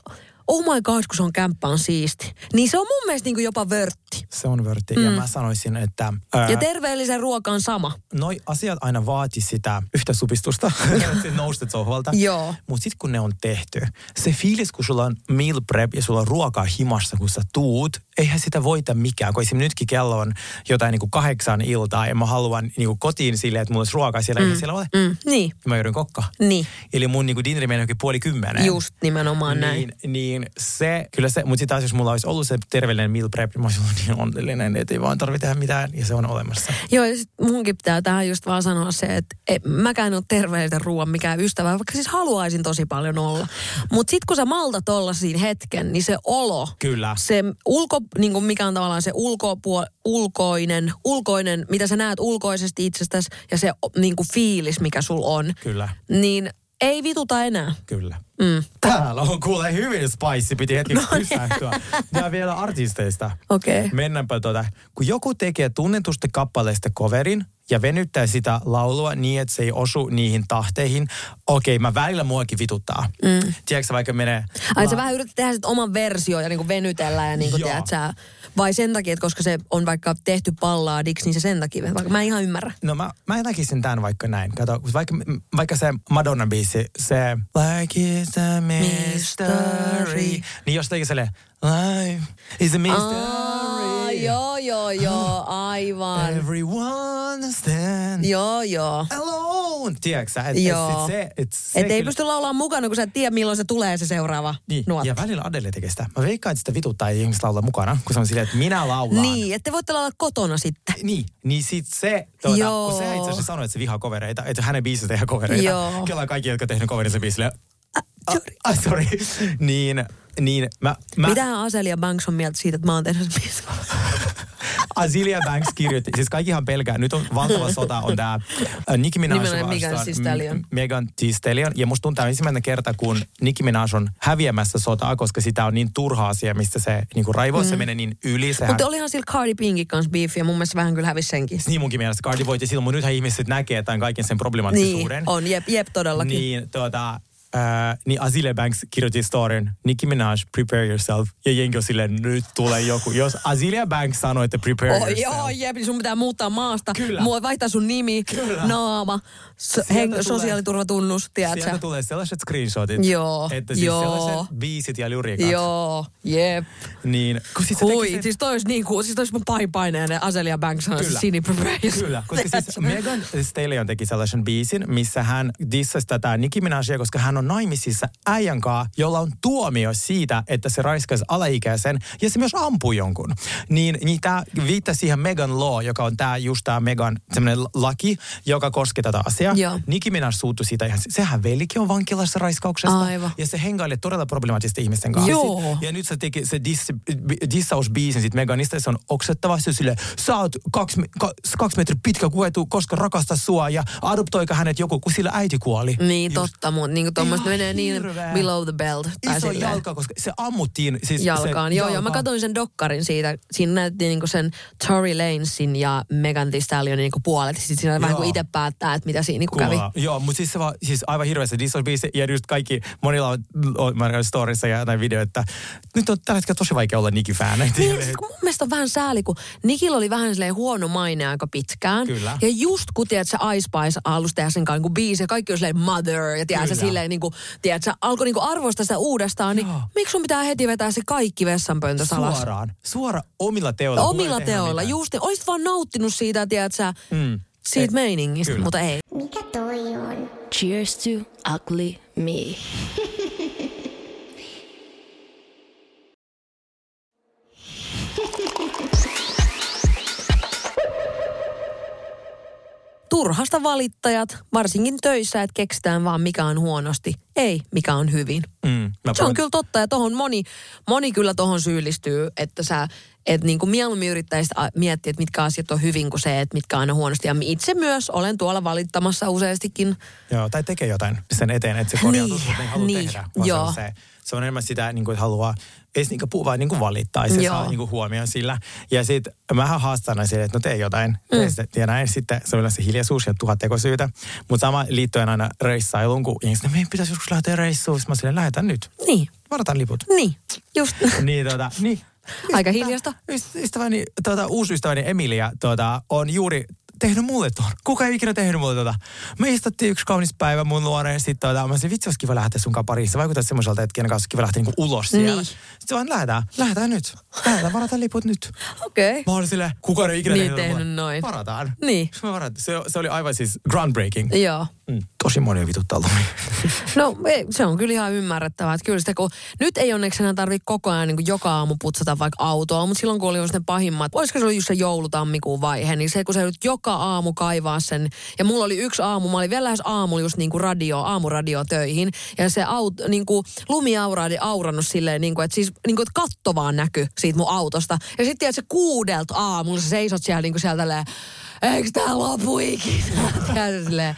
oh my god, kun se on kämppään siisti. Niin se on mun mielestä niinku jopa vörtti.
Se on vörtti. Mm. Ja mä sanoisin, että ää,
Ja terveellisen ruoka on sama.
noi asiat aina vaati sitä yhtä supistusta, että noustet sohvalta.
Joo.
Mutta sitten kun ne on tehty, se fiilis, kun sulla on meal prep ja sulla on ruokaa himassa, kun sä tuut, eihän sitä voita mikään. Kun esimerkiksi nytkin kello on jotain niinku kahdeksan iltaa ja mä haluan niinku kotiin silleen, että mulla olisi ruokaa siellä, mm. eihän siellä ole. Mm.
Mm, niin,
Mä joudun kokkaan.
niin.
Eli mun niinku dineri meni johonkin puoli kymmenen.
Just nimenomaan näin.
Niin, niin se, kyllä se, mutta sitten taas jos mulla olisi ollut se terveellinen meal prep, niin mä olisin ollut niin onnellinen, että ei vaan tarvitse tehdä mitään ja se on olemassa.
Joo, ja sit munkin pitää tähän just vaan sanoa se, että et, mäkään en ole terveellisen ruoan mikään ystävä, vaikka siis haluaisin tosi paljon olla. Mutta sitten kun sä maltat olla siinä hetken, niin se olo,
Kyllä.
se ulko, niin kuin mikä on tavallaan se ulkopuol, ulkoinen, ulkoinen, mitä sä näet ulkoisesti itsestäsi ja se niin kuin fiilis, mikä sul on,
Kyllä,
niin ei vituta enää.
kyllä.
Mm. niin.
Täällä on kuule hyvin spicy, piti hetkeksi no, pysähtyä. Ja vielä artisteista.
Okei. Okay.
Mennäänpä tuota. Kun joku tekee tunnetusta kappaleesta coverin ja venyttää sitä laulua niin, että se ei osu niihin tahteihin. Okei, mä välillä muakin vituttaa. Mm. Tiedätkö sä, vaikka menee...
Ai sä vähän yrität tehdä sit oman version ja niinku venytellä ja niinku,
Joo.
tiedät, sä, vai sen takia, että koska se on vaikka tehty palladiksi, niin se sen takia, vaikka mä en ihan ymmärrä.
No mä, mä näkisin tämän vaikka näin. Kato, vaikka, m- vaikka se Madonna-biisi, se Like it's a mystery. Niin jos teki sille Life is a
Aa,
mystery.
joo, joo, joo, aivan.
Everyone stand
Joo, joo.
alone. Tiedätkö sä? Et,
Joo.
Et, sit se, et, se
Että ei
kyllä-
pysty laulaa mukana, kun sä et tiedä, milloin se tulee se seuraava
niin.
nuotti.
Ja välillä Adele tekee sitä. Mä veikkaan, että sitä vituttaa ei ihmiset laulaa mukana, kun se on silleen, että minä laulan.
Niin, että voitte laulaa kotona sitten.
Niin, niin sit se, tuota,
Joo.
kun se itse asiassa sanoi, että se vihaa kovereita, että hänen biisissä tehdään kovereita.
Joo.
Kela kaikki, jotka on tehnyt coverinsa biisille. Ah, ah, sorry. niin, niin mä, mä
Mä... Mitähän Aselia Banks on mieltä siitä, että mä oon tehnyt sen biisin?
Azilia Banks kirjoitti, siis kaikkihan pelkää, nyt on valtava sota, on tämä Nicki Minaj
Nimenomaan Megan
vastaan
Thee Stallion.
M- Megan Thee Stallion. Ja musta tuntuu tää on ensimmäinen kerta, kun Nicki Minaj on häviämässä sotaa, koska sitä on niin turha asia, mistä se niinku raivoo, mm. se menee niin yli. Sehän...
Mutta olihan sillä Cardi Binkin kanssa beefiä, mun mielestä se vähän kyllä hävisi senkin.
Niin munkin mielestä Cardi voitti silloin, mutta nythän ihmiset näkee tämän kaiken sen
Niin,
problemaattisuuden.
on, jep, jep todellakin.
Niin, tuota, ää, niin Azile Banks kirjoitti storyn, Nicki Minaj, prepare yourself. Ja jengi on silleen, nyt tulee joku. Jos Azilia Banks sanoi, että prepare
Oh,
yourself.
joo, jep, sun pitää muuttaa maasta.
Kyllä.
Mua vaihtaa sun nimi,
Kyllä.
naama, s-
Sieltä tulee-
hen- sosiaaliturvatunnus, tiedät
Sieltä
sä?
tulee sellaiset screenshotit,
Joo,
että siis
joo.
sellaiset biisit ja lyriikat.
Joo, jep.
Niin, kun siis se teki
Hui,
sen-
siis toi olisi niin kuin, siis toi olisi mun paipaineen ja Aselia Banks on siis
Kyllä.
Sini Prepares.
Kyllä, siis koska siis Megan Thee Stallion teki sellaisen biisin, missä hän dissasi tätä Nicki Minajia, koska hän on naimisissa äijän kaa, jolla on tuomio siitä, että se raiskasi alaikäisen ja se myös ampuu jonkun. Niin, niin tämä viittasi siihen Megan Law, joka on tämä just tämä Megan semmoinen laki, joka koskee tätä asiaa.
Joo.
Nicki Minaj suuttui siitä ihan, sehän velikin on vankilassa raiskauksesta.
Aivan.
Ja se hengaili todella problemaattisten ihmisten kanssa.
Joo.
Ja nyt se teki se diss, dissausbiisin sit Meganista, ja se on oksettava. Se on silleen, sä oot kaksi, me- ka, kaksi metriä pitkä, kuetu, koska rakasta sua, ja adoptoika hänet joku, kun sillä äiti kuoli.
Niin totta, mutta niin tuommoista
Ihan
menee niin
hirveä.
below the belt. Tai
Iso
silleen.
jalka, koska se ammuttiin. Siis
jalkaan.
Se,
Joo, joo, mä katsoin sen dokkarin siitä. Siinä näytettiin niinku sen Tory Lanesin ja Megan Thee Stallionin niinku puolet. Sitten siinä vähän
Joo.
kuin itse päättää, että mitä siinä niinku kävi.
Kuulaa. Joo, mutta siis se vaan, siis aivan hirveä se dissolbiisi ja just kaikki, monilla on, on mä näin storissa ja näin video, että nyt on tällä hetkellä tosi vaikea olla Niki-fään.
Niin, sit kun mun mielestä on vähän sääli, kun Nikillä oli vähän silleen huono maine aika pitkään.
Kyllä.
Ja just kun, tiedät, se Ice Spice alusta tehdä sen kanssa niin biisi, ja kaikki oli silleen mother, ja tiedät, sä,
Kyllä.
silleen niin kuin, tiedät, sä, alkoi niin kuin arvostaa sitä uudestaan, niin
Joo.
miksi sun pitää heti vetää se kaikki vessanpöntöstä alas?
Suoraan, suoraan omilla teoilla. kun
Tota Omilla
ei tehdä
teoilla,
mitään.
just niin. Olisit vaan nauttinut siitä, tiedät sä, mm. siitä
Ei.
meiningistä,
Kyllä.
mutta ei.
Mikä toi on?
Cheers to ugly me.
turhasta valittajat, varsinkin töissä, että keksitään vaan mikä on huonosti, ei mikä on hyvin.
Mm, mä
Se on
puhun-
kyllä totta ja tohon moni, moni kyllä tohon syyllistyy, että sä et niinku mieluummin yrittäisit a- miettiä, että mitkä asiat on hyvin kuin se, että mitkä on aina huonosti. Ja itse myös olen tuolla valittamassa useastikin.
Joo, tai tekee jotain sen eteen, että se korjautuu,
Niin,
niin, mutta ei halua
niin,
niin, tehdä. Vaan
joo.
joo. Se, on se, se on enemmän sitä, niin kuin, että haluaa, ei se niinku puhu, vaan niin kuin valittaa, ja se
Joo.
saa niin kuin huomioon sillä. Ja sitten mähän haastan aina sille, että no tee jotain, mm. sitä, ja näin. Sitten se on yleensä hiljaisuus ja tuhat tekosyytä. Mutta sama liittyen aina reissailuun, kun ihmiset, että meidän pitäisi joskus lähteä reissuun. Sitten mä silleen, lähetän nyt,
Niin,
varataan liput.
niin, just.
niin, tota, niin.
Aika hiljasta.
Ystä- Ystäväni, tuota, uusi ystäväni Emilia tuota, on juuri tehnyt mulle tuon. Kuka ei ikinä tehnyt mulle tuota. Me istuttiin yksi kaunis päivä mun luona ja sitten tuota, mä sanoin, vitsi olisi kiva lähteä sun pariin. Se vaikuttaa semmoiselta, että kenen kanssa olisi kiva lähteä niinku ulos siellä.
Niin.
Niin. Sitten vaan lähdetään, lähdetään nyt. Lähdetään, varataan liput nyt.
Okei.
Mä olin silleen, kukaan ei ikinä
Niin,
tehnyt,
tehnyt
mulle.
noin.
Varataan.
Niin.
Sitten mä varat, se, se, oli aivan siis groundbreaking.
Okay. Joo.
Mm, tosi moni vituttaa ollut.
No ei, se on kyllä ihan ymmärrettävää. Että kyllä sitä, kun, nyt ei onneksi enää tarvitse koko ajan niin kuin joka aamu putsata vaikka autoa, mutta silloin kun oli just ne pahimmat, olisiko se ollut just se joulutammikuun vaihe, niin se kun se nyt joka aamu kaivaa sen, ja mulla oli yksi aamu, mä olin vielä lähes aamulla just niin kuin radio, aamuradio töihin, ja se aut, niin kuin lumiaura oli aurannut silleen, niin kuin, että siis niin kuin, että katto vaan näky siitä mun autosta. Ja sitten tiedät, se kuudelta aamulla sä seisot siellä niin kuin siellä tälleen, eikö tää lopu ikinä? Tiedätkö, silleen,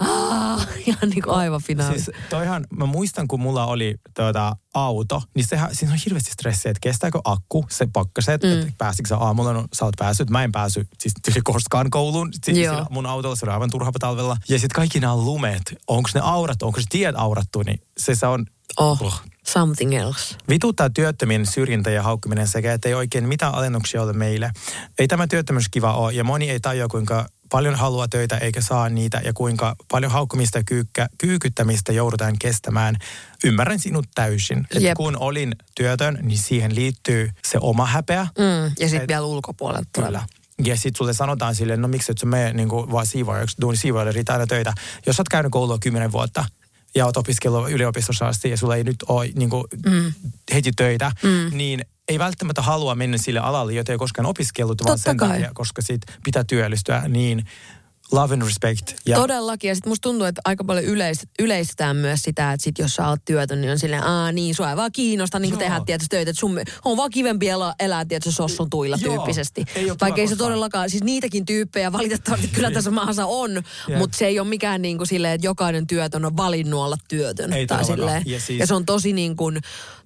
Aah, ihan niin kuin aivan finaali.
Siis toihan, mä muistan kun mulla oli tuota, auto, niin sehän, siinä on hirveästi stressiä, että kestääkö akku, se pakkaset, mm. että pääsitkö sä aamulla, no sä oot päässyt, mä en päässyt siis tyli koskaan kouluun, si-
Joo.
sillä mun autolla se oli aivan turhapa talvella. Ja sitten kaikki nämä lumet, onko ne aurattu, onko se tiet aurattu, niin se, se on
Oh, something else.
Vituttaa työttömien syrjintä ja haukkuminen sekä, että ei oikein mitään alennuksia ole meille. Ei tämä työttömyys kiva ole ja moni ei tajua, kuinka paljon haluaa töitä eikä saa niitä ja kuinka paljon haukkumista ja kyykkä, kyykyttämistä joudutaan kestämään. Ymmärrän sinut täysin.
Jep.
Et kun olin työtön, niin siihen liittyy se oma häpeä.
Mm, ja sitten
Et-
vielä ulkopuolelta
Kyllä.
tuleva.
Ja sitten sulle sanotaan silleen, no miksi et sä mene niin vaan siivoojaksi, duuni siivoajalle riittää aina töitä. Jos sä oot käynyt koulua kymmenen vuotta ja oot opiskellut yliopistossa asti ja sulla ei nyt ole niin kuin, mm. heti töitä, mm. niin ei välttämättä halua mennä sille alalle, jota ei koskaan opiskellut, vaan
Totta
sen
kai.
takia, koska sit pitää työllistyä, niin love and respect. Ja
Todellakin. Ja sitten musta tuntuu, että aika paljon yleis- yleistetään myös sitä, että sit jos sä oot työtön, niin on silleen, aa niin, sua ei vaan kiinnosta niin
Joo.
tehdä tietysti töitä. Että sun me- on vaan kivempi elää, elää tietysti sossun tuilla
Joo.
tyyppisesti.
Ei Niin. oo
Vaikka ei se
kiva koskaan.
todellakaan, siis niitäkin tyyppejä valitettavasti kyllä tässä maassa on, mutta se ei ole mikään niin kuin silleen, että jokainen työtön on valinnut olla työtön.
Ei
tai
todellakaan.
silleen. Ja,
Ja
siis...
siis-
ja se on tosi niin kuin,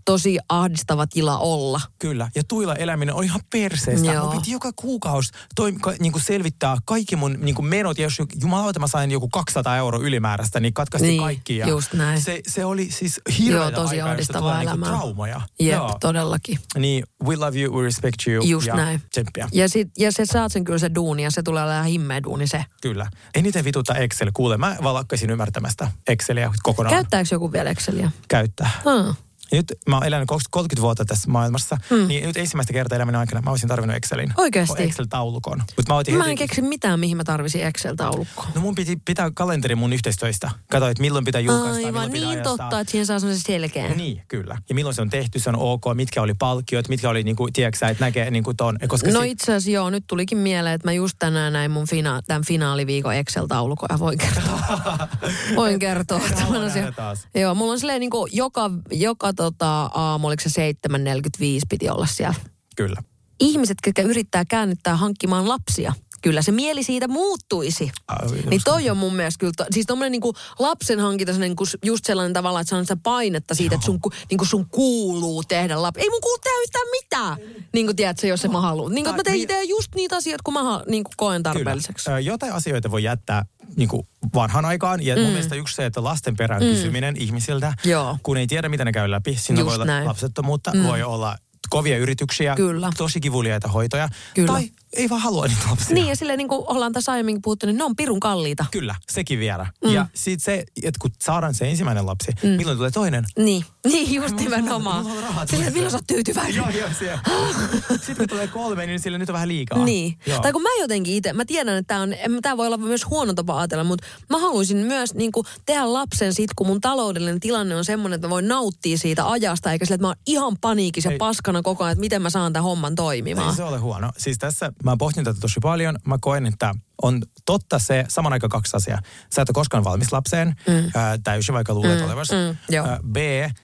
tosi ahdistava tila olla.
Kyllä, ja tuilla eläminen oli ihan perseestä.
Joo.
Joo. Mä piti joka kuukausi toim, ka, niin selvittää kaikki mun niin menot, ja jos jo- jumalauta mä sain joku 200 euroa ylimääräistä, niin katkaistiin
Niin,
kaikki. Ja
just näin.
Se, se oli siis hirveä
Joo, tosi ahdistavaa
niin
elämää.
traumaja.
Jep,
Joo.
todellakin.
Niin, we love you, we respect you.
Just
ja
näin.
Tsemppiä.
Ja, sit, ja se saat sen kyllä se duuni ja se tulee olemaan himmeä duuni se.
Kyllä. Eniten vituttaa Excel. Kuule, mä vaan lakkasin ymmärtämästä Exceliä kokonaan
Käyttääkö joku vielä Exceliä?
käyttää.
Hmm.
Ja nyt mä oon elänyt 20 30 vuotta tässä maailmassa, mm. niin nyt ensimmäistä kertaa elämän aikana mä olisin tarvinnut Excelin.
Oikeesti?
Excel-taulukon. Mutta mä otin
Mä en
heti-
keksi mitään, mihin mä tarvisin Excel-taulukkoa.
No mun piti pitää kalenteri mun yhteistöistä. Katsoin, että milloin pitää julkaista,
Aivan,
milloin pitää
niin
ajastaa.
totta, että siihen saa semmoisen selkeän.
Niin, kyllä. Ja milloin se on tehty, se on ok, mitkä oli palkkiot, mitkä oli, niinku, tiedätkö sä, että näkee niinku ton. Koska
No
si-
itse asiassa joo, nyt tulikin mieleen, että mä just tänään näin mun fina- tämän finaaliviikon Excel-taulukon ja voin kertoa. voin kertoa tämän
nähdä
asian.
taas.
Joo, mulla on silleen niin kuin joka, joka tota, aamu, oliko se 7.45 piti olla siellä.
Kyllä.
Ihmiset, ketkä yrittää käännyttää hankkimaan lapsia, kyllä se mieli siitä muuttuisi.
Ai,
Niin toi on mun mielestä kyllä, to, siis tommonen niinku lapsen hankinta, se niinku s- just sellainen tavalla, että se on sitä painetta siitä, että sun, ku- niinku sun kuuluu tehdä lapsi. Ei mun kuulu tehdä yhtään mitään, niin kuin tiedätkö, jos en mä haluan. Niin kuin mä
Tai-
tein teen just niitä asioita, kun mä ha- niinku koen
Kyllä.
tarpeelliseksi.
Ö, Jotain asioita voi jättää niin kuin vanhan aikaan. Ja mm. mun mielestä yksi se, että lasten perään mm. kysyminen ihmisiltä,
Joo.
kun ei tiedä, mitä ne käy läpi. Siinä
Just
voi olla
näin.
lapsettomuutta, mm. voi olla kovia yrityksiä,
Kyllä.
tosi kivuliaita hoitoja.
Kyllä.
Tai ei vaan halua niitä lapsia.
Niin ja silleen niin kuin ollaan tässä aiemmin puhuttu, niin ne on pirun kalliita.
Kyllä, sekin vielä. Mm. Ja sit se, että kun saadaan se ensimmäinen lapsi, mm. milloin tulee toinen?
Niin, niin just nimenomaan.
mulla on rahat vielä.
Silleen, milloin sä oot tyytyväinen?
Joo, joo, siellä. Sitten kun tulee kolme, niin sille nyt on vähän liikaa.
Niin.
Joo.
Tai kun mä jotenkin itse, mä tiedän, että tämä voi olla myös huono tapa ajatella, mutta mä haluaisin myös niin kuin, tehdä lapsen sit, kun mun taloudellinen tilanne on semmoinen, että mä voin nauttia siitä ajasta, eikä sillä, että mä oon ihan paniikissa ja
Ei.
paskana koko ajan, että miten mä saan tämän homman toimimaan.
Ei se ole huono. Siis tässä mä pohtin tätä tosi paljon. Mä koen, että on totta se saman aikaan kaksi asiaa. Sä et ole koskaan valmis lapseen mm. ää, täysin, vaikka luulet mm. olevasi.
mm, joo.
Ää, B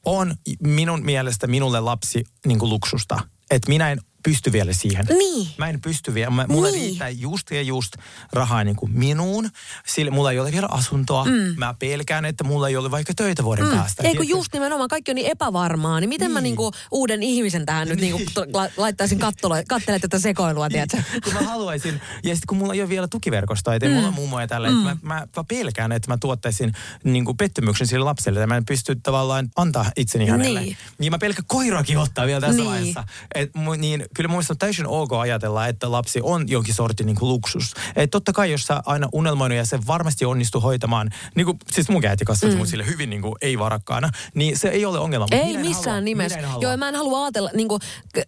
on minun mielestä minulle lapsi niin kuin luksusta. Että minä en pysty vielä siihen.
Niin.
Mä en pysty vielä. Mä, mulla
Niin.
niin. riittää just ja just rahaa niin kuin minuun. Sillä mulla ei ole vielä asuntoa. Mm. Mä pelkään, että mulla ei ole vaikka töitä vuoden mm. päästä.
Ei kun
Tiedätkö?
just nimenomaan, kaikki on niin epävarmaa, niin miten niin. mä niinku uuden ihmisen tähän nyt niinku to-
Niin.
la- laittaisin kattola, kattele tätä sekoilua, tiedätkö?
kun mä haluaisin. Ja sitten kun mulla ei ole vielä tukiverkostoa, ettei mm. mulla mummoja tällä, mm. mä, mä, mä, pelkään, että mä tuottaisin niin kuin pettymyksen sille lapselle, että mä en pysty tavallaan antaa itseni hänelle.
Niin.
Niin. niin mä pelkän koiraakin ottaa vielä tässä
Niin.
niin. vaiheessa. Et, mu- niin, kyllä mun mielestä on täysin ok ajatella, että lapsi on jonkin sortin niin kuin luksus. Et totta kai, jos sä aina unelmoinut ja se varmasti onnistuu hoitamaan, niin kuin, siis mun käyti kasvatti mm. sille hyvin niin kuin, ei-varakkaana, niin se ei ole ongelma. Mut
Ei
minä en
missään
halua,
nimessä.
minä en halua.
Joo, ja mä en halua ajatella niin kuin,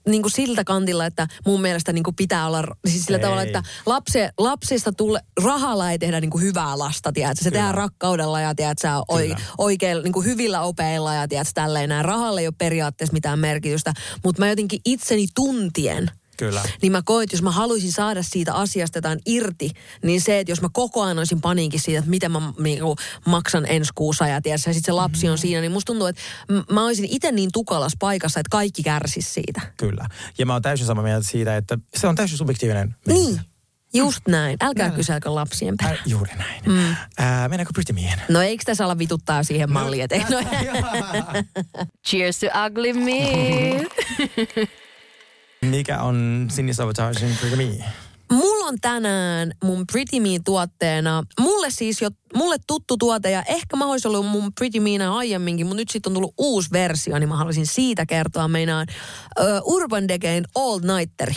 niin kuin siltä kantilla, että mun mielestä niin kuin pitää olla siis sillä
Ei.
tavalla, että lapsi, lapsista tulee, rahalla ei tehdä niin kuin hyvää lasta, tiedätkö? Se
Kyllä.
tehdään rakkaudella ja tiedätkö, oi,
Kyllä.
oikeilla, niin kuin hyvillä opeilla ja tiedätkö, tälleen näin. Rahalla ei ole periaatteessa mitään merkitystä, mutta mä jotenkin itseni tuntien
Kyllä.
niin mä koin, että jos mä haluaisin saada siitä asiasta jotain irti, niin se, että jos mä koko ajan olisin paniikin siitä, että miten mä niinku, maksan ensi kuussa ja tiedätkö, ja sitten se lapsi on siinä, niin musta tuntuu, että m- mä olisin itse niin tukalassa paikassa, että kaikki kärsisi siitä.
Kyllä. Ja mä oon täysin samaa mieltä siitä, että se on täysin subjektiivinen.
Niin, just näin. Älkää kyselkö lapsien
Ä,
perään.
juuri näin. Mm. Ää, mennäänkö pyrtimiehen?
No eikö tässä ala vituttaa siihen malliin, että ei no,
Cheers to ugly me.
Mikä on Sinni Sabotagin pyrtimi?
Mulla on tänään mun Pretty Me-tuotteena, mulle siis jo, mulle tuttu tuote ja ehkä mä olisin ollut mun Pretty Meenä aiemminkin, mutta nyt siitä on tullut uusi versio, niin mä haluaisin siitä kertoa. Meinaan ö, Urban Decayn All Nighteri.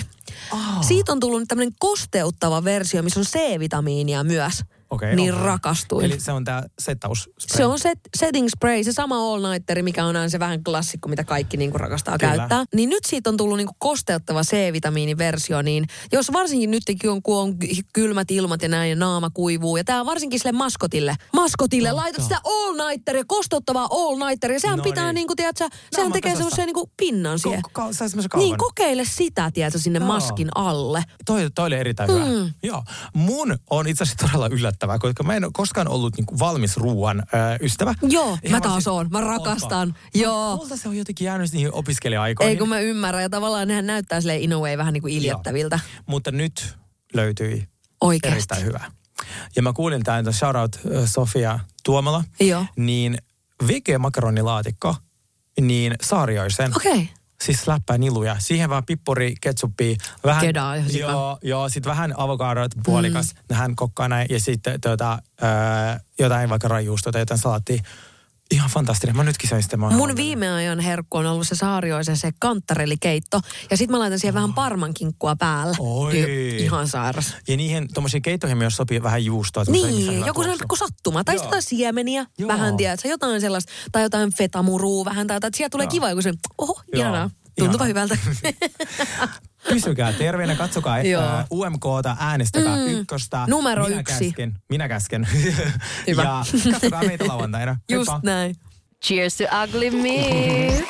Oh. Siitä on tullut nyt tämmönen kosteuttava versio, missä on C-vitamiinia myös.
Okei,
niin
okei.
rakastuin.
Eli se on tää settaus.
Se on set, setting spray, se sama all nighteri, mikä on aina se vähän klassikko, mitä kaikki niinku rakastaa Kyllä.
Kyllä.
käyttää. Niin nyt siitä on tullut niinku kosteuttava C-vitamiiniversio, niin jos varsinkin nyt on, kun on ky- kylmät ilmat ja näin ja naama kuivuu, ja tämä varsinkin sille maskotille, maskotille, laitat sitä all nighteria, kosteuttavaa all nighteria, sehän no
No
pitää niin.
niin.
niinku, tiedätkö, sehän
Naaman
tekee
tasasta.
semmoisen niinku pinnan siihen.
Ko- ka- sai semmoisen
niin,
kaupan.
kokeile sitä, tiedätkö, sinne
Joo.
maskin alle.
Toi, toi oli erittäin mm. hyvä. Joo. Mun on itse asiassa todella yllättävää, koska mä en ole koskaan ollut niinku valmis ruoan äh, ystävä.
Joo,
Ihan
mä
vaan
taas
siis-
oon, mä
Ootpa.
rakastan. Joo.
Multa se on jotenkin jäänyt niihin opiskelija-aikoihin.
Ei kun mä ymmärrän ja tavallaan nehän näyttää sille in a way vähän niin kuin iljettäviltä.
Mutta nyt löytyi
Oikeasti.
erittäin hyvä. Ja mä kuulin tämän, shout out äh, Sofia Tuomala,
Joo.
niin vege-makaronilaatikko, niin saarioisen.
Okei.
Siis läppää niluja. Siihen vähän pippuri, ketsuppi, vähän...
Kedaa, jos sit
joo, joo, sit vähän avokadot, puolikas, mm. hän kokkaa näin, ja sitten tuota, öö, jotain vaikka rajuusta tai jotain salaattia. Ihan fantastinen. Mä nytkin söin sitä. Mä oon
Mun
huomenna.
viime ajan herkku on ollut se saarioisen se kanttarelikeitto. Ja sit mä laitan siihen vähän parmankinkkua päällä.
Ah. Oi.
I- ihan sairas.
Ja niihin tuommoisiin keittoihin myös sopii vähän juustoa. semmoista ihmisen
Niin,
hyvää
joku sellainen
tuoksua.
pikku sattuma. Tai sitten jotain siemeniä,
Joo.
vähän tiedätkö, jotain sellaista. Tai jotain fetamuruu vähän. Tai, tai sieltä tulee kiva joku se, oho,
Joo.
ihanaa. Tuntuupa
Ihanaa.
hyvältä.
Pysykää terveenä, katsokaa
Joo.
että UMKta, äänestäkää mm. ykköstä.
Numero
minä
yksi.
Käsken, minä käsken.
Hyvä.
ja katsokaa meitä lauantaina.
Just
Heippa.
näin.
Cheers to ugly me.